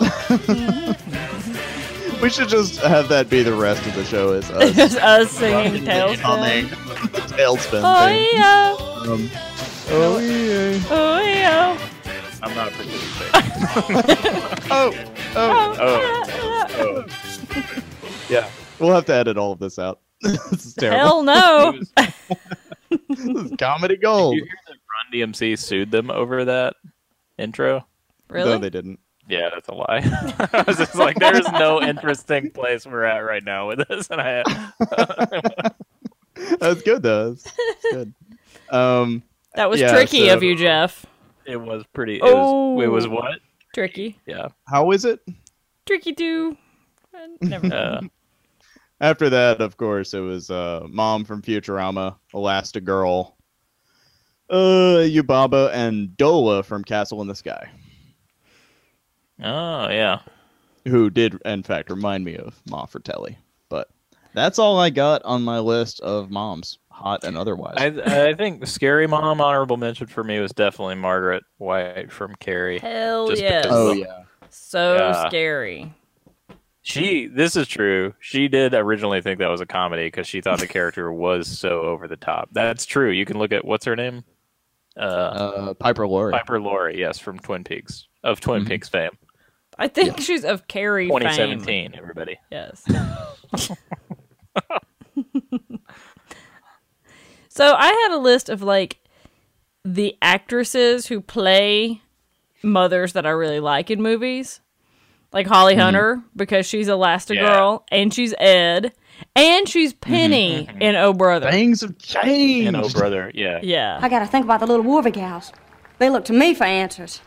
C: We should just have that be the rest of the show. Is us
B: Just us singing
C: humming
B: Tailspin.
C: the tailspin
B: Oh
C: thing.
B: yeah,
C: Um, oh yeah.
B: oh yeah.
D: I'm not participating.
C: Oh oh
D: Oh.
B: yeah, yeah.
D: oh.
C: yeah. We'll have to edit all of this out. this is terrible.
B: Hell no.
D: Did
C: This is comedy
D: you
C: gold.
D: hear that Run DMC sued them over that intro?
B: Really?
C: No, they didn't.
D: Yeah, that's a lie. I was just like, there's no interesting place we're at right now with this, and I
C: That's good though. That's, that's good. Um,
B: that was
C: Yeah,
B: tricky
C: so-
B: of you, Jeff.
D: it was pretty. It
B: Oh.
D: was, it was what?
B: Tricky.
D: Yeah.
C: how is it?
B: Tricky too. Uh, Never mind.
D: Uh,
C: After that, of course, it was uh, Mom from Futurama, Elastigirl, uh, Yubaba, and Dola from Castle in the Sky,
D: oh yeah.
C: who did, in fact, remind me of Ma Fratelli. But that's all I got on my list of moms, hot and otherwise.
D: I I think scary mom honorable mention for me was definitely Margaret White from Carrie.
B: Hell
D: Just
B: yes.
D: because-
C: oh, yeah.
B: So
D: Yeah.
B: scary.
D: She this is true. She did originally think that was a comedy because she thought the character was so over the top. That's true. You can look at what's her name, uh,
C: Uh, Piper Laurie.
D: Piper Laurie. Yes, from Twin Peaks of Twin
C: Mhm.
D: Peaks fame,
B: I think she's of Carrie fame.
D: 2017. Everybody.
B: Yes. so I had a list of like the actresses who play mothers that I really like in movies. Like Holly Hunter, because she's Elastigirl and she's Ed and she's Penny in Oh Brother.
C: Things have changed.
D: And oh brother, yeah.
B: Yeah.
J: I gotta think about the little Warwick gals. They look to me for answers.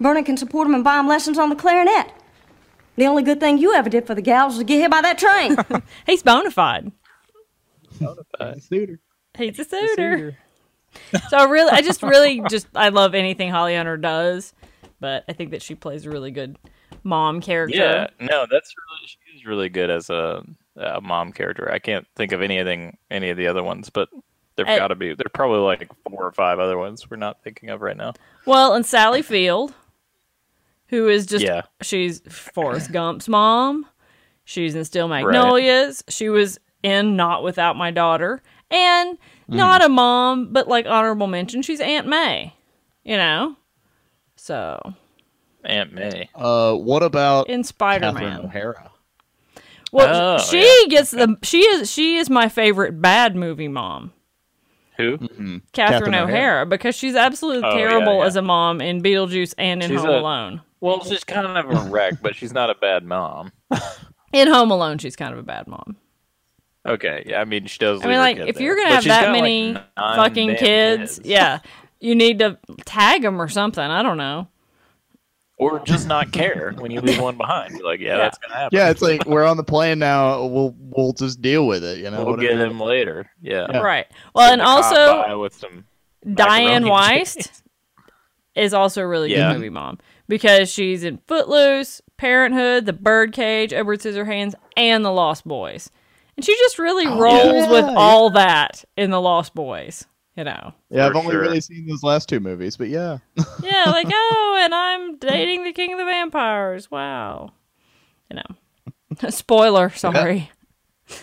J: Vernon can support 'em and buy 'em lessons on the clarinet. The only good thing you ever did for the gals was to get here by that train.
B: He's bona fide.
C: Suitor.
B: He's a suitor. so I really, I just really just I love anything Holly Hunter does, but I think that she plays a really good mom character.
D: Yeah, no, that's really she's really good as a, a mom character. I can't think of anything any of the other ones, but there've
B: I-
D: got to be there're probably like four or five other ones we're not thinking of right now.
B: Well, and Sally Field, who is just
D: Yeah.
B: she's Forrest Gump's mom. She's in Steel Magnolias. She was in Not Without My Daughter, and
D: Hmm.
B: not a mom, but like honorable mention, she's Aunt May. You know, so
D: Aunt May.
C: Uh, what about
B: in Spider
C: Catherine
B: Man.
C: O'Hara?
B: Well,
D: Oh,
B: she gets the she is she is my favorite bad movie mom,
D: Who?
B: Catherine,
C: Catherine
B: O'Hara,
C: O'Hara.
B: because she's absolutely
D: Oh, yeah,
B: terrible
D: yeah.
B: as a mom in Beetlejuice and in
D: She's
B: Home
D: a-
B: Alone.
D: Well, she's kind of a wreck, but she's not a bad mom.
B: In Home Alone, she's kind of a bad mom.
D: Okay, yeah, I mean she does.
B: I mean, like if you're gonna have that many fucking kids, yeah, you need to tag them or something. I don't know.
D: or just not care when you leave one behind. You're like, yeah, that's gonna happen.
C: Yeah, it's like we're on the plane now. We'll we'll just deal with it. You know,
D: we'll get
C: whatever.
D: him later. Yeah,
B: Right. Well, and
D: Caught
B: also
D: by with some
B: Diane
D: macaroni and
B: Weist is also a really
D: Yeah.
B: good movie mom because she's in Footloose, Parenthood, The Birdcage, Edward Scissorhands, and The Lost Boys. And she just really
D: Oh,
B: rolls
C: yeah,
B: with
C: yeah.
B: all that in The Lost Boys, you know.
C: Yeah, I've
D: For
C: only
D: sure.
C: really seen those last two movies, but yeah.
B: Yeah, like, oh, and I'm dating the king of the vampires. Wow. You know. Spoiler, sorry.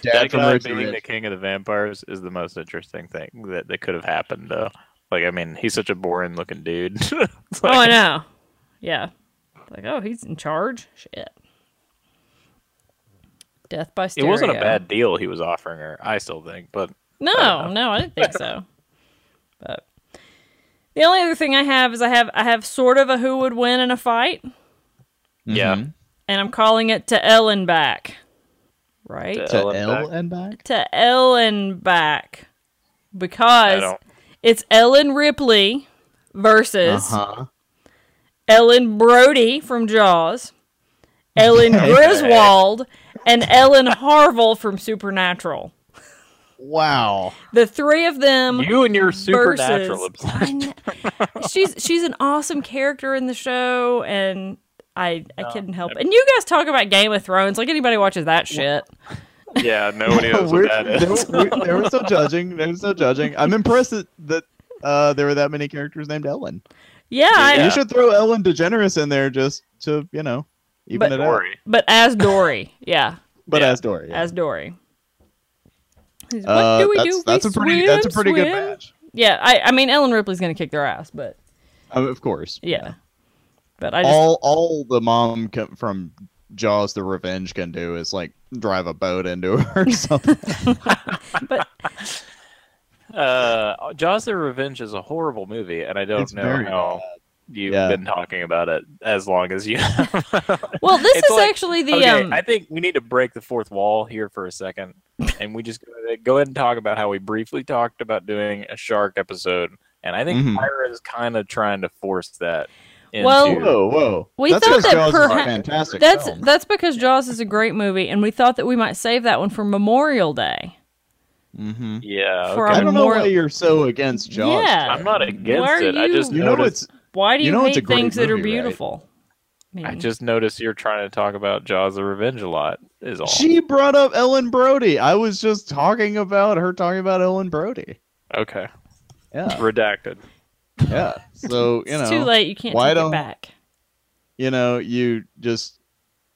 C: Dad
D: That
C: from
D: guy
C: Earth
D: being the king of the vampires is the most interesting thing that, that could have happened, though. Like, I mean, he's such a boring looking dude. It's
B: Oh, I
D: like,
B: know. Yeah. Like, oh, he's in charge? Shit. Death by
D: It
B: stereo.
D: wasn't a bad deal he was offering her, I still think, but
B: No, no, I didn't think so. But the only other thing I have is I have I have sort of a who would win in a fight,
C: Mm-hmm.
D: yeah.
B: and I'm calling it to Ellen back. Right?
D: To
C: To
D: Ellen
C: L
D: back.
C: and back.
B: to Ellen back.
D: I
B: Because
D: don't.
B: it's Ellen Ripley versus
C: Uh-huh.
B: Ellen Brody from Jaws, Ellen Griswold, and Ellen Harville from Supernatural.
C: Wow.
B: The three of them
D: You and your
B: versus-
D: supernatural obsession.
B: I kn- she's she's an awesome character in the show, and I I couldn't help. it. And you guys talk about Game of Thrones like anybody watches that shit.
D: Yeah, nobody knows
C: We're-
D: what that
C: there,
D: is.
C: we- there was no judging. There was no judging. I'm impressed that, that uh, there were that many characters named Ellen.
B: Yeah, I,
D: Yeah.
C: You should throw Ellen DeGeneres in there just to you know Even
B: but,
C: it Dory. out.
B: But as Dory, yeah.
C: But as Dory, yeah.
B: As Dory. What
C: Uh,
B: do we
C: that's-
B: do?
C: that's
B: we
C: a pretty- that's a
B: swim,
C: pretty good
B: swim?
C: match.
B: Yeah, I, I mean Ellen Ripley's gonna kick their ass, but
C: Uh, of course.
B: yeah. But I just
C: all all the mom co- from Jaws: The Revenge can do is like drive a boat into her or something.
D: Uh, Jaws: The Revenge is a horrible movie, and I don't
C: It's
D: know
C: very
D: how you've
C: Yeah.
D: been talking about it as long as you. have.
B: Well, this
D: It's
B: is
D: like-
B: actually the
D: okay,
B: um
D: I think we need to break the fourth wall here for a second, and we just go- go ahead and talk about how we briefly talked about doing a shark episode, and I think
C: Mhm.
D: Pyra is kind of trying to force that. Into...
B: Well-
C: whoa, whoa!
B: we
C: that's
B: thought
C: 'cause
B: that
C: Jaws is a
B: perha-
C: fantastic.
B: that's
C: film.
B: that's because Jaws is a great movie, and we thought that we might save that one for Memorial Day.
C: hmm
D: Yeah,
B: for
D: okay.
B: our
C: I don't know
B: memorial-
C: why you're so against Jaws.
B: Yeah.
D: I'm not against
B: Why are
D: it. I
B: you-
D: just
C: You know
D: noticed.
C: it's
B: Why do you,
C: You know it's a
B: hate
C: great
B: things that are
C: movie, right?
B: beautiful? I
D: I
B: mean,
D: just noticed you're trying to talk about Jaws: The Revenge a lot. Is all.
C: she brought up Ellen Brody. I was just talking about her talking about Ellen Brody.
D: Okay.
C: Yeah,
D: Redacted.
C: yeah. So you know,
B: it's too late. You can't
C: why
B: take
C: don't-
B: it back.
C: you know, you just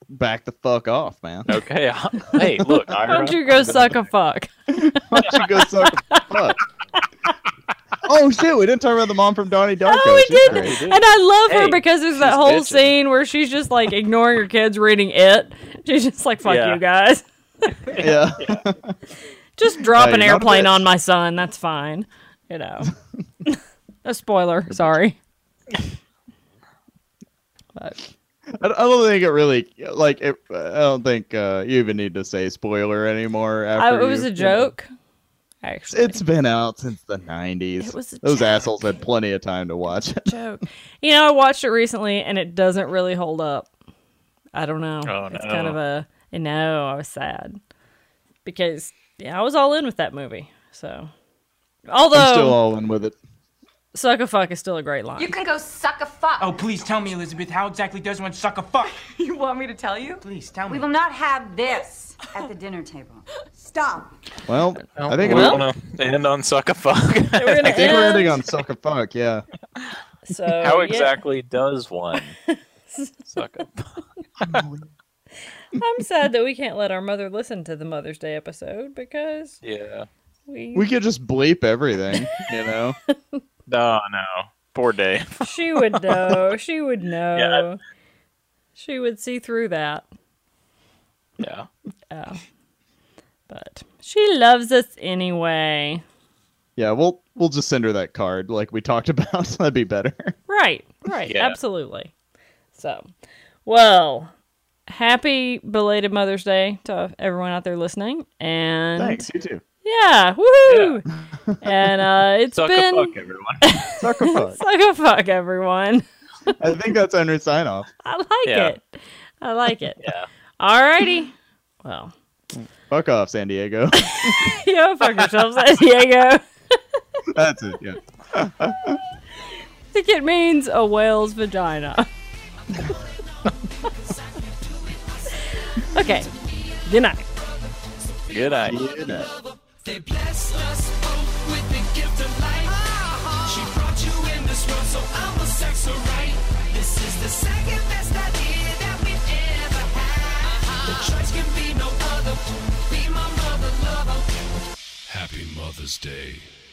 C: back the fuck off, man.
D: Okay. hey, look,
B: Why
D: Ira.
B: don't you go suck a fuck?
C: Why don't you go suck a fuck? Oh shit, we didn't talk about the mom from Donnie Darko.
B: Oh, we
C: She's
B: did.
C: great.
B: And I love her
D: Hey,
B: because there's that
D: she's
B: whole
D: bitching.
B: scene where she's just like ignoring her kids reading it. She's just like, fuck
D: Yeah.
B: you guys.
C: Yeah.
B: Just drop
C: Hey,
B: an
C: not a
B: airplane
C: bitch.
B: on my son. That's fine. You know. a spoiler. Sorry. But
C: I I don't think it really like it, I don't think uh, you even need to say spoiler anymore.
B: I,
C: After
B: it was
C: you-
B: a joke. Actually,
C: It's been out since the '90s.
B: It was a
C: Those
B: joke.
C: assholes had plenty of time to watch it.
B: joke. You know, I watched it recently and it doesn't really hold up. I don't know.
D: Oh,
B: It's
D: no.
B: kind of a I know, I was sad. Because yeah, I was all in with that movie. So
C: I'm still
B: although
C: all in with it.
B: Suck a Fuck is still a great line.
K: You can go suck a fuck.
L: Oh, please tell me, Elizabeth, how exactly does one suck a fuck?
K: You want me to tell you?
L: Please tell
K: We
L: me.
K: will not have this at the dinner table. Stop.
C: Well, I think
D: we're
C: we're,
D: gonna end on suck a fuck.
B: We're gonna
C: I think we're
B: end.
C: ending on suck a fuck. Yeah.
B: So
D: How
B: yeah.
D: exactly does one suck a fuck?
B: I'm sad that we can't let our mother listen to the Mother's Day episode because
D: Yeah.
B: we,
C: We could just bleep everything, you know.
D: No, Oh, no. Poor Dave.
B: she would know. She would know.
D: Yeah.
B: She would see through that.
D: Yeah.
B: Oh. But she loves us anyway.
C: Yeah, we'll we'll just send her that card like we talked about. That'd be better.
B: Right, right,
D: Yeah.
B: absolutely. So, well, happy belated Mother's Day to everyone out there listening, and
C: Thanks. You too.
B: yeah, woohoo! and uh, it's
D: Suck
B: been
D: a fuck, everyone.
C: Suck a fuck.
B: suck a fuck, everyone.
C: I think that's under sign off.
B: I like
D: Yeah.
B: it. I like it.
D: Yeah.
B: Alrighty. Well,
C: Fuck off, San Diego.
B: yo, fuck yourself, San Diego.
C: that's it. Yeah.
B: I think it means a whale's vagina. okay. Good night.
D: Good night.
I: They blessed us both with the gift of life. She brought you in this world, so I'ma sex her right. This is the second best idea that we've ever had. The choice can be no other. Be my mother lover. Happy Mother's Day.